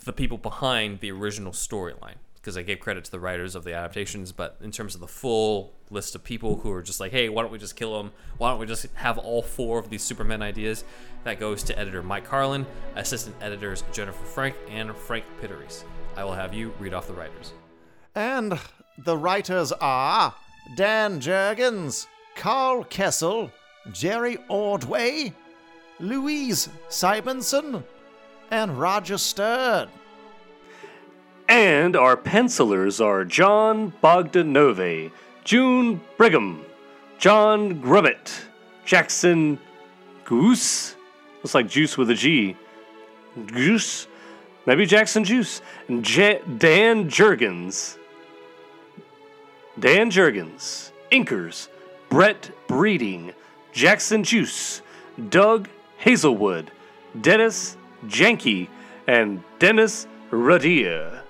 the people behind the original storyline because I gave credit to the writers of the adaptations, but in terms of the full list of people who are just like, hey, why don't we just kill them? Why don't we just have all four of these Superman ideas? That goes to editor Mike Harlan, assistant editors Jennifer Frank, and Frank Pitteries. I will have you read off the writers.
And the writers are Dan Jurgens, Carl Kessel, Jerry Ordway, Louise Simonson, and Roger Stern.
And our pencilers are John Bogdanove, June Brigham, John Grubbett, Jackson Goose. Looks like juice with a G. Goose. Maybe Jackson Juice. And J- Dan Jurgens. Dan Jurgens. Inkers. Brett Breeding. Jackson Juice. Doug Hazelwood. Dennis Janke. And Dennis Radia.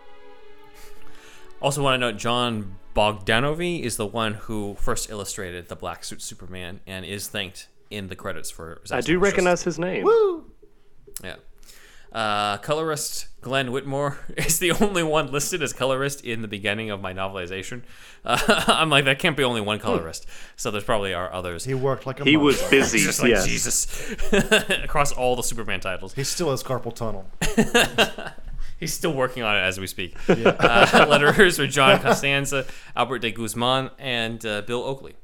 Also, want to note John Bogdanovi is the one who first illustrated the black suit Superman and is thanked in the credits for. his
I do
excellent
recognize his name.
Yeah. Uh, colorist Glenn Whitmore is the only one listed as colorist in the beginning of my novelization. Uh, I'm like, that can't be only one colorist. So there's probably are others.
He worked like a.
Hmm. He
monk.
was busy.
It's just like
yes.
Jesus across all the Superman titles.
He still has carpal tunnel.
He's still working on it as we speak. Uh, letterers are John Costanza, Albert de Guzman, and uh, Bill Oakley.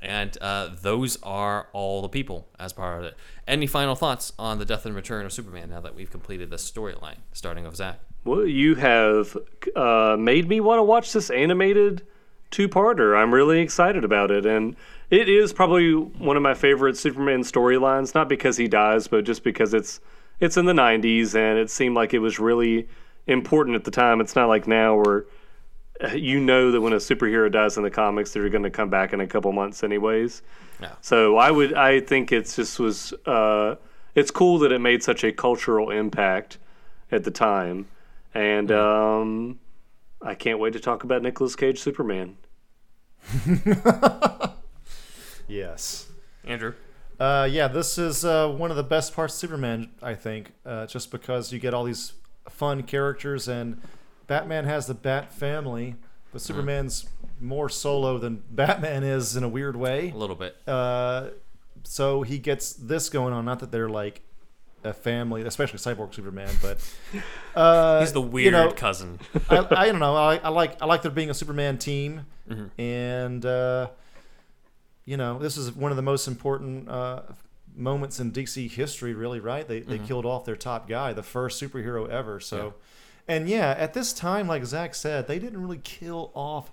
And uh, those are all the people as part of it. Any final thoughts on the death and return of Superman now that we've completed the storyline, starting with Zach?
Well, you have uh, made me want to watch this animated two-parter. I'm really excited about it, and it is probably one of my favorite Superman storylines. Not because he dies, but just because it's it's in the '90s, and it seemed like it was really important at the time. It's not like now where uh, you know that when a superhero dies in the comics, they're going to come back in a couple months, anyways. So I would I think it's just was uh, it's cool that it made such a cultural impact at the time, and um, I can't wait to talk about Nicolas Cage Superman.
Yes.
Andrew.
Uh, yeah, this is uh, one of the best parts of Superman, I think, uh, just because you get all these fun characters, and Batman has the Bat family, but Superman's more solo than Batman is in a weird way.
A little bit.
Uh, so he gets this going on. Not that they're like a family, especially Cyborg Superman, but uh,
He's the weird
you know,
cousin.
I, I don't know. I, I like I like there being a Superman team,
Mm-hmm.
and uh, you know this is one of the most important uh, moments in DC history, really. Right? They
Mm-hmm.
they killed off their top guy, the first superhero ever. So, and yeah, at this time, like Zach said, they didn't really kill off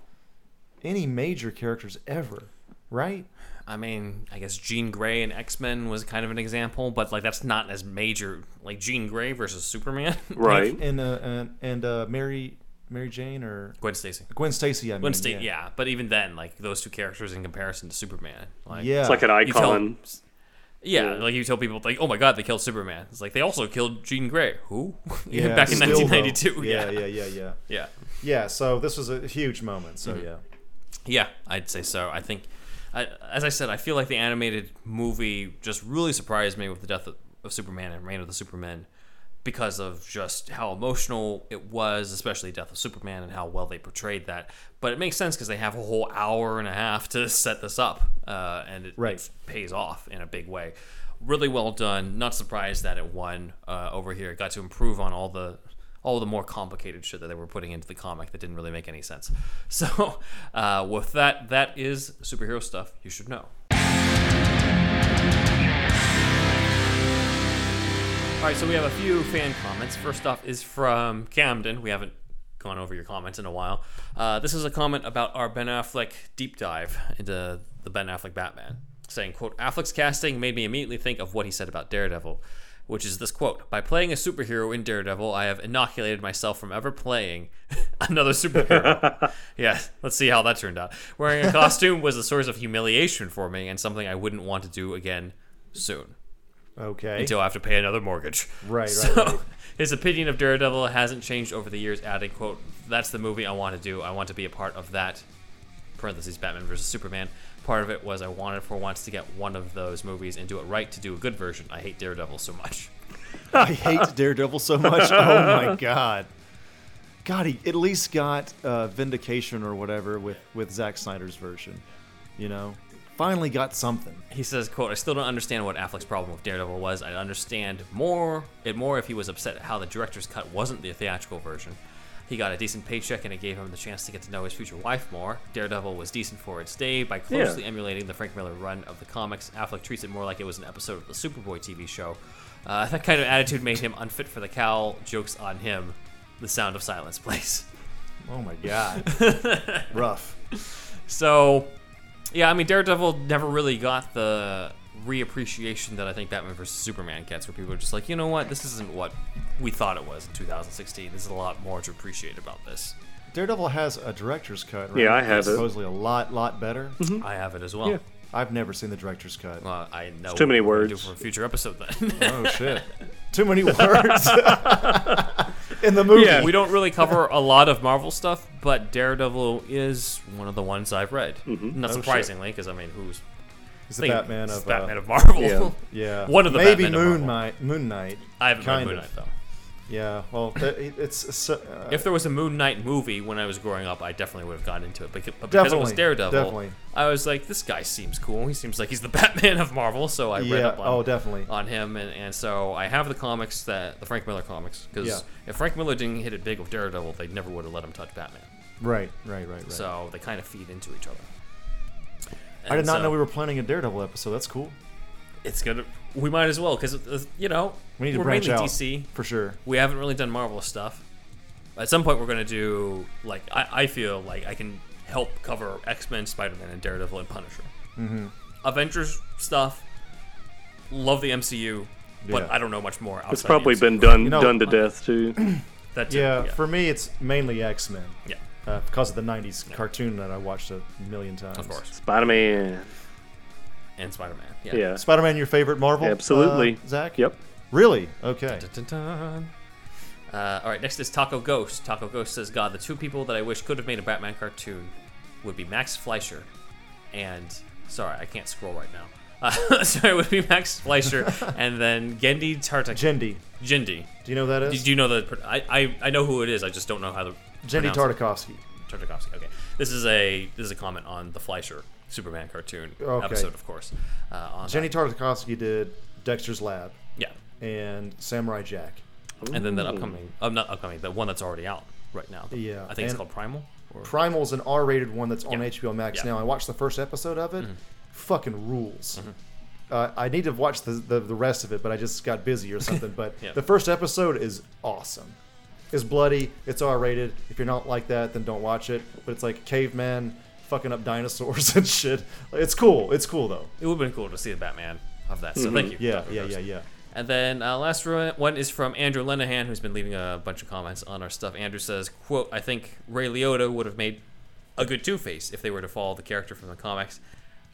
any major characters ever, right?
I mean, I guess Jean Grey and X Men was kind of an example, but like that's not as major. Like Jean Grey versus Superman.
Right.
And uh, and and uh, Mary Mary Jane or
Gwen Stacy.
Gwen Stacy. I mean,
Gwen Stacy. Yeah. But even then, like those two characters in comparison to Superman, like
yeah.
It's like an
you tell-
icon.
Yeah, like you tell people like, "Oh my God, they killed Superman." It's like they also killed Jean Grey. Who?
Yeah,
back in
still, though.
1992. Yeah,
yeah, yeah, yeah, yeah.
yeah,
Yeah, so this was a huge moment. So yeah,
yeah. I'd say so. I think, I, as I said, I feel like the animated movie just really surprised me with the death of, of Superman and Reign of the Superman because of just how emotional it was, especially Death of Superman and how well they portrayed that. But it makes sense because they have a whole hour and a half to set this up, uh, and it,
Right.
it pays off in a big way. Really well done. Not surprised that it won uh, over here. It got to improve on all the all the more complicated shit that they were putting into the comic that didn't really make any sense. So, uh, with that, that is superhero stuff you should know. All right, so we have a few fan comments. First off is from Camden. We haven't gone over your comments in a while. Uh, this is a comment about our Ben Affleck deep dive into the Ben Affleck Batman, saying, quote, Affleck's casting made me immediately think of what he said about Daredevil, which is this quote, by playing a superhero in Daredevil, I have inoculated myself from ever playing another superhero. yeah, let's see how that turned out. Wearing a costume was a source of humiliation for me and something I wouldn't want to do again soon
okay.
until I have to pay another mortgage.
Right,
So
right, right.
his opinion of Daredevil hasn't changed over the years, adding, quote, that's the movie I want to do. I want to be a part of that. Parentheses, Batman versus Superman. Part of it was I wanted for once to get one of those movies and do it right to do a good version. I hate Daredevil so much.
I hate Daredevil so much. Oh my god. God, he at least got uh, vindication or whatever with with Zack Snyder's version. You know, finally got something.
He says, "quote I still don't understand what Affleck's problem with Daredevil was. I'd understand more it more if he was upset at how the director's cut wasn't the theatrical version. He got a decent paycheck, and it gave him the chance to get to know his future wife more. Daredevil was decent for its day by closely emulating the Frank Miller run of the comics. Affleck treats it more like it was an episode of the Superboy TV show. Uh, that kind of attitude made him unfit for the cowl. Jokes on him. The Sound of Silence plays."
Oh my god, rough.
So, yeah, I mean, Daredevil never really got the reappreciation that I think Batman vs Superman gets, where people are just like, you know what, this isn't what we thought it was in 2016. There's a lot more to appreciate about this.
Daredevil has a director's cut, right?
Yeah, I have it.
Supposedly a lot, lot better.
Mm-hmm.
I have it as well.
Yeah.
I've never seen the director's cut.
Well, I know.
too many
what we're gonna
words.
Do for a future episode then.
Oh shit! Too many words in the movie.
Yeah.
we don't really cover a lot of Marvel stuff, but Daredevil is one of the ones I've read.
Mm-hmm.
Not surprisingly, because I mean, who's
He's Oh, the Batman of
Batman
uh,
of Marvel?
Yeah.
yeah.
One of the
maybe
Batman of
Moon
Marvel.
Knight. Moon Knight.
I haven't read
kind
Moon
of.
Knight though.
Yeah. Well, that- it- it's so- uh,
If there was a Moon Knight movie when I was growing up, I definitely would have gotten into it. But but because it was
Definitely,
Daredevil,
definitely.
I was like, this guy seems cool. He seems like he's the Batman of Marvel. So I read
Yeah,
up on,
oh, definitely.
on him. And, and so I have the comics, that the Frank Miller comics. Because
Yeah.
if Frank Miller didn't hit it big with Daredevil, they never would have let him touch Batman.
right, right, right, right.
So they kind of feed into each other.
I did
And
not
so
know we were planning a Daredevil episode. That's cool.
It's gonna. We might as well because you know
We need to
are
branch
mainly
out
DC.
for sure.
we haven't really done Marvel stuff. At some point, we're gonna do like I, I feel like I can help cover X Men, Spider Man, and Daredevil and Punisher. Mm-hmm. Avengers stuff. Love the MCU, but
Yeah.
I don't know much more. Outside
It's probably
the
been done
You know-
done to death too.
That too,
yeah,
yeah.
for me, it's mainly X Men
yeah,
uh, because of the '90s cartoon that I watched a million times.
of course,
Spider Man.
and Spider Man. Yeah.
Yeah.
Spider-Man, your favorite Marvel?
Absolutely.
uh, Zach.
Yep.
Really? Okay.
Dun, dun, dun. Uh, all right, next is Taco Ghost. Taco Ghost says, "God, the two people that I wish could have made a Batman cartoon would be Max Fleischer and sorry, I can't scroll right now. Uh, sorry, it would be Max Fleischer and then Gendy Tartak
Jendi.
Jindy.
Do you know who that is?
Do you know the? pr- I, I I know who it is. I just don't know how to.
Jendi
pronounce it.
Tartakovsky.
Tartakovsky. Okay, this is a this is a comment on the Fleischer Superman cartoon
Okay.
episode, of course. Uh, on
Jenny
that.
Tartakovsky did Dexter's Lab
yeah.
and Samurai Jack.
and then that upcoming, um, not upcoming, the one that's already out right now. The-
Yeah,
I think it's
and-
called Primal. Or,
Primal's an R-rated one that's on HBO Max
Yeah. Mm-hmm.
now. I watched the first episode of it. Fucking rules. Uh, I need to watch the, the the rest of it, but I just got busy or something. But
Yeah.
the first episode is awesome. It's bloody. It's R-rated. If you're not like that, then don't watch it. But it's like caveman fucking up dinosaurs and shit. It's cool. It's cool though.
it would have been cool to see the Batman of that. So thank you.
Mm-hmm. Yeah,
Dr.
yeah,
Ghost.
yeah, yeah.
And then uh, last ru- one is from Andrew Lenahan, who's been leaving a bunch of comments on our stuff. Andrew says, "quote I think Ray Liotta would have made a good Two Face if they were to follow the character from the comics.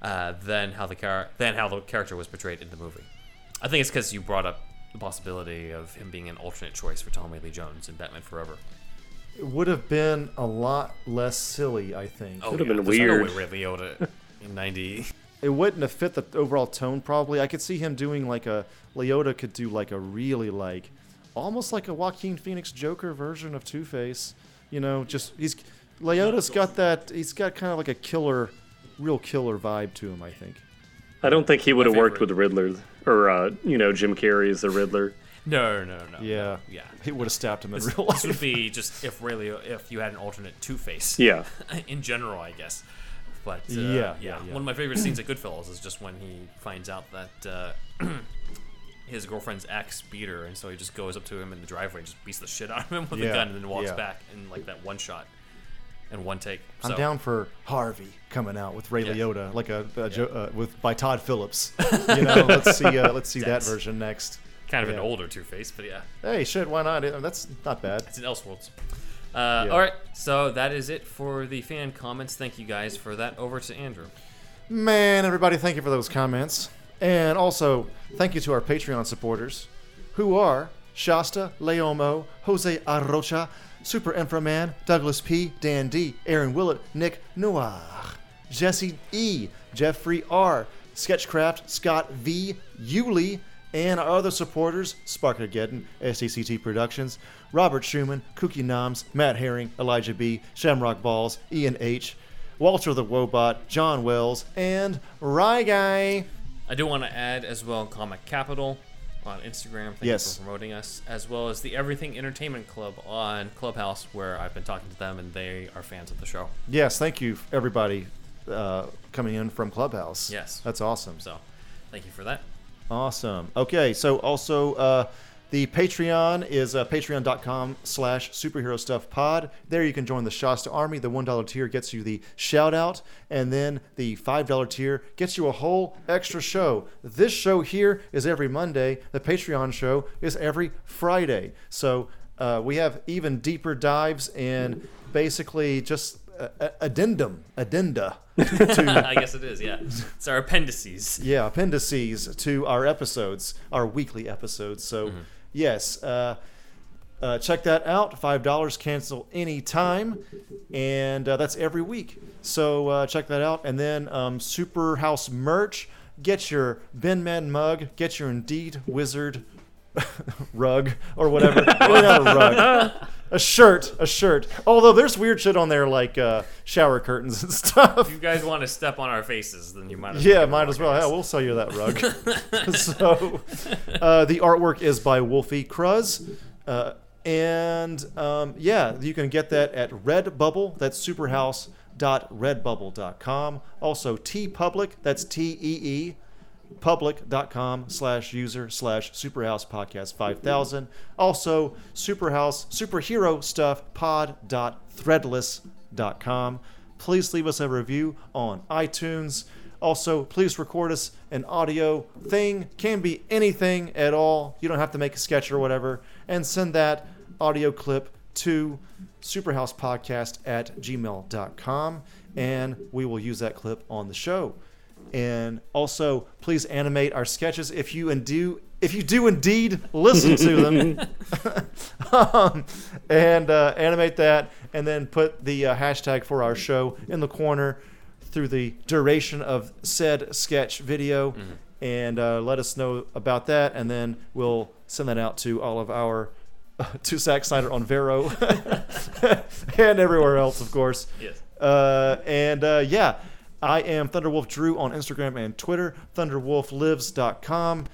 uh, than how the char- than how the character was portrayed in the movie. I think it's because you brought up the possibility of him being an alternate choice for Tommy Lee Jones in Batman Forever.
It would have been a lot less silly, I think.
Oh,
Would've been
there's
weird.
No way Ridley owed it in '90.
It wouldn't have fit the overall tone probably. I could see him doing like a Leota could do like a really like almost like a Joaquin Phoenix Joker version of Two Face. You know, just he's Leota's got that he's got kind of like a killer real killer vibe to him, I think.
I don't think he would have worked
favorite.
with the Riddler or uh, you know Jim Carrey as the Riddler.
No, no, no.
Yeah.
yeah.
He would have stabbed him in
This,
real
this
life.
would be just if really if you had an alternate Two Face.
Yeah,
in general, I guess. But uh,
Yeah,
yeah,
yeah, yeah.
one of my favorite scenes at Goodfellas is just when he finds out that uh, his girlfriend's ex beat her, and so he just goes up to him in the driveway and just beats the shit out of him with a
Yeah,
gun, and then walks
yeah.
back in like that one shot and one take.
I'm
So,
down for Harvey coming out with Ray
Yeah.
Liotta, like a, a jo- uh, with by Todd Phillips. You know, let's see, uh, let's see that
That's-
version next.
Kind of
yeah.
an older Two Face, but yeah,
Hey, shit, why not? Uh, That's not bad.
it's an Elseworlds. Uh, All right, so that is it for the fan comments. Thank you guys for that. Over to Andrew.
Man, everybody, thank you for those comments. And also, thank you to our Patreon supporters, who are Shasta, Leomo, Jose Arrocha, Super Inframan, Douglas P., Dan D., Aaron Willett, Nick Noir, Jesse E., Jeffrey R., Sketchcraft, Scott V., Yuli, and our other supporters, Sparkageddon, SDCT Productions, Robert Schumann, Kookie Noms, Matt Herring, Elijah B., Shamrock Balls, Ian H., Walter the Wobot, John Wells, and Rye Guy.
I do want to add as well Comic Capital on Instagram. Thank
Yes.
you for promoting us, as well as the Everything Entertainment Club on Clubhouse, where I've been talking to them and they are fans of the show.
Yes, thank you, everybody, uh, coming in from Clubhouse.
Yes.
That's awesome.
So, thank you for that.
Awesome. Okay, so also uh, the Patreon is uh, patreon.com slash superhero stuff pod. There you can join the Shasta Army. The $1 tier gets you the shout out, and then the $5 tier gets you a whole extra show. This show here is every Monday, the Patreon show is every Friday. So uh, we have even deeper dives and basically just uh, a- addendum, addenda
I guess it is, yeah. It's our appendices.
yeah appendices to our episodes our weekly episodes so yes uh, uh, check that out five dollars cancel any time and uh, that's every week so uh, check that out and then um, super house merch get your ben man mug get your indeed wizard rug or whatever Maybe not a rug a shirt a shirt although there's weird shit on there like uh, shower curtains and stuff
If you guys want to step on our faces, then you might as
yeah,
well
might as well. Yeah, we'll sell you that rug. so, uh, the artwork is by Wolfie Cruz. Uh, and um, yeah, you can get that at Redbubble. That's superhouse.redbubble.com. Also, T Public. That's T E E public.com slash user slash superhouse podcast 5000 also superhouse superhero stuff pod.threadless.com please leave us a review on itunes also please record us an audio thing can be anything at all you don't have to make a sketch or whatever and send that audio clip to superhousepodcast at gmail.com and we will use that clip on the show and also please animate our sketches if you and do if you do indeed listen to them um, and uh, animate that and then put the uh, hashtag for our show in the corner through the duration of said sketch video and uh, let us know about that and then we'll send that out to all of our uh, to Zack Snyder on Vero and everywhere else of course
Yes.
uh, and uh, yeah, I am Thunderwolf Drew on Instagram and Twitter, thunderwolflives.com,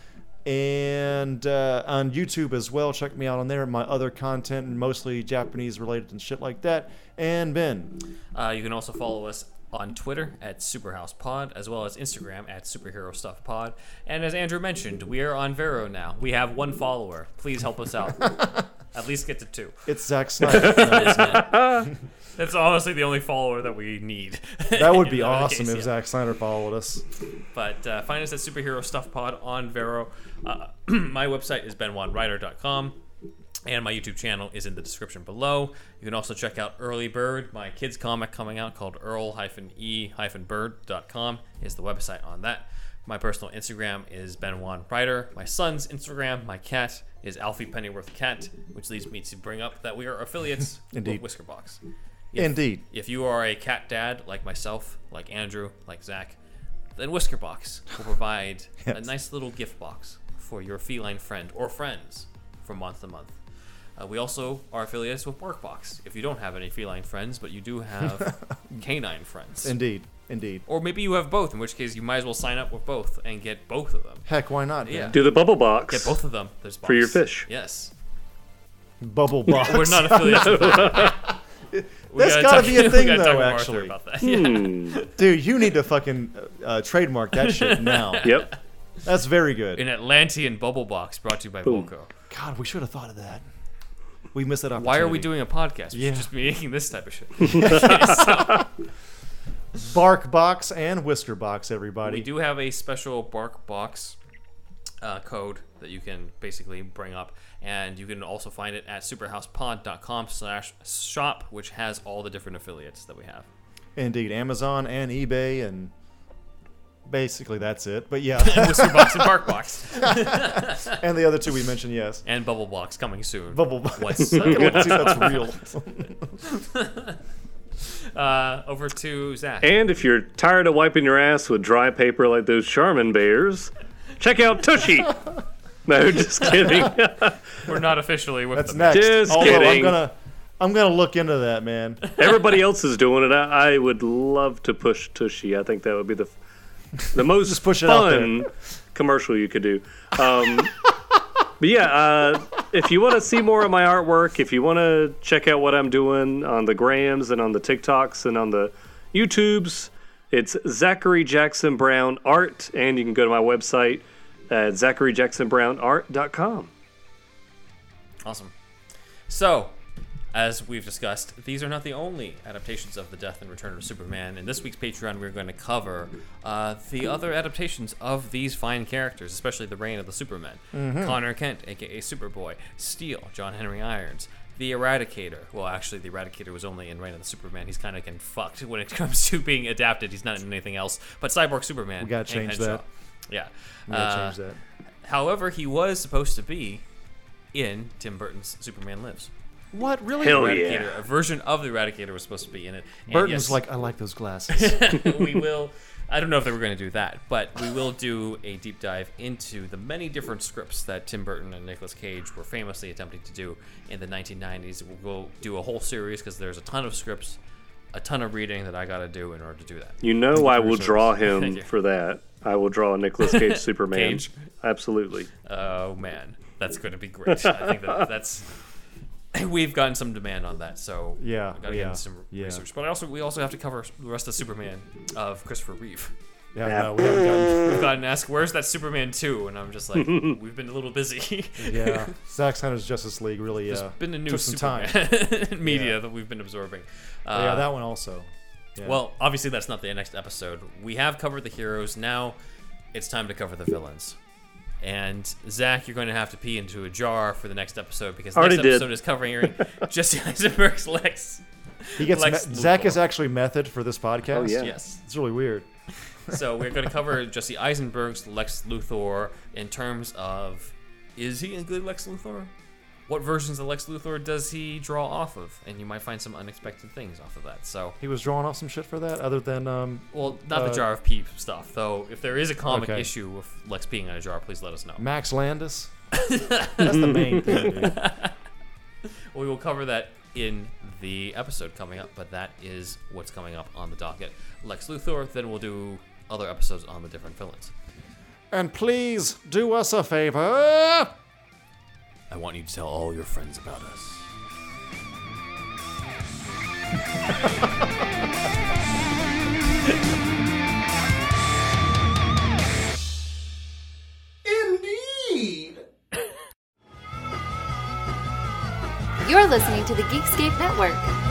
and uh, on YouTube as well. Check me out on there. My other content, mostly Japanese related and shit like that. And Ben,
Uh, you can also follow us on Twitter at SuperhousePod, as well as Instagram at SuperheroStuffPod. And as Andrew mentioned, we are on Vero now. We have one follower. Please help us out. At least get to two.
it's Zack Snyder. No, it's not.
That's honestly the only follower that we need.
that would be
In other
awesome
case,
if
yeah.
Zack Snyder followed us.
But uh, find us at Superhero Stuff Pod on Vero. Uh, my website is benwanrider.com. and my YouTube channel is in the description below. You can also check out Early Bird, my kids comic coming out called earl-e-bird.com is the website on that. My personal Instagram is Ben Juan Ryder. My son's Instagram, my cat, is Alfie Pennyworth Cat, which leads me to bring up that we are affiliates
Indeed.
with Whiskerbox.
Indeed.
If you are a cat dad like myself, like Andrew, like Zach, then Whiskerbox will provide a nice little gift box for your feline friend or friends from month to month. Uh, we also are affiliates with BarkBox. If you don't have any feline friends, but you do have canine friends,
Indeed. Indeed.
or maybe you have both, in which case you might as well sign up with both and get both of them.
Heck, why not?
Yeah,
man?
Do the bubble box.
get both of them. There's box.
For your fish.
Yes,
Bubble box.
we're not affiliates. with that. We
That's
gotta
gotta
talk-
be a
we
thing,
gotta talk
though,
with Arthur
actually.
about that. Yeah.
Dude, you need to fucking uh, trademark that shit now.
Yep.
That's very good.
An Atlantean bubble box brought to you by Volco.
God, we should have thought of that. We missed that opportunity.
Why are we doing a podcast? We
Yeah.
should just be making this type of shit.
bark box and whisker box? Everybody.
We do have a special bark box uh, code that you can basically bring up, and you can also find it at superhousepod.com/shop, which has all the different affiliates that we have.
Indeed, Amazon and eBay and basically that's it. But yeah,
And Whisker Box and Bark Box
and the other two we mentioned, yes.
and Bubble Box coming soon.
Bubble box.
What's
I don't see if that's real.
uh, over to Zach?
And if you're tired of wiping your ass with dry paper like those Charmin bears, check out Tushy. no, just kidding.
We're not officially with
That's
them.
next.
Just
Although I'm
kidding.
gonna, I'm gonna look into that, man.
Everybody else is doing it. I, I would love to push Tushy. I think that would be the the most
push it out there.
fun commercial you could do. Um, but yeah, uh, if you want to see more of my artwork, if you want to check out what I'm doing on the Grams and on the TikToks and on the YouTubes, it's Zachary Jackson Brown Art, and you can go to my website at zacharyjacksonbrownart.com.
Awesome. So, as we've discussed, these are not the only adaptations of the Death and Return of Superman. In this week's Patreon, we're going to cover uh, the other adaptations of these fine characters, especially the reign of the Superman.
Mm-hmm.
Connor Kent, aka Superboy, Steel, John Henry Irons, the Eradicator. Well, actually, the Eradicator was only in Reign of the Superman. He's kind of getting fucked when it comes to being adapted. He's not in anything else. But Cyborg Superman.
We gotta
Hank
change
Henshaw.
that.
Yeah.
Gotta
Uh,
change that.
However, he was supposed to be in Tim Burton's Superman Lives.
What really?
Hell
Eradicator,
yeah.
a version of the Eradicator was supposed to be in it. And
Burton's
yes,
like, I like those glasses.
we will. I don't know if they were going to do that, but we will do a deep dive into the many different scripts that Tim Burton and Nicolas Cage were famously attempting to do in the 1990s. We'll do a whole series because there's a ton of scripts, a ton of reading that I got to do in order to do that.
You know I will draw him
you.
for that. I will draw a Nicolas Cage Superman.
Cage.
Absolutely.
Oh man, that's going to be great. I think that that's we've gotten some demand on that, so
Yeah,
I got to get
yeah,
into some
yeah.
research. But I also we also have to cover the rest of Superman of Christopher Reeve.
yeah, no, we haven't gotten.
We've gotten asked where's that Superman two, and I'm just like we've been a little busy.
Yeah, Zack Snyder's Justice League really
There's
uh,
been a new
took some
Superman
time.
media that we've been absorbing. Uh,
yeah, that one also. Yeah.
Well, obviously that's not the next episode. We have covered the heroes. Now it's time to cover the villains. And Zach, you're going to have to pee into a jar for the next episode because the
Already
next
did.
episode is covering Jesse Eisenberg's Lex.
he gets
Lex
me- Zach
Luthor.
is actually method for this podcast.
yeah.
Yes.
It's really weird.
So we're going to cover Jesse Eisenberg's Lex Luthor in terms of is he a good Lex Luthor? What versions of Lex Luthor does he draw off of? And you might find some unexpected things off of that. So
He was drawing off some shit for that, other than um,
Well, not the
Uh,
jar of pee stuff, though. If there is a comic
Okay.
issue with Lex peeing in a jar, please let us know.
Max Landis. That's the main thing. Dude.
We will cover that in the episode coming up, but that is what's coming up on the docket. Lex Luthor, then we'll do other episodes on the different villains.
And please do us a favor.
I want you to tell all your friends about us.
You're listening to the Geekscape Network.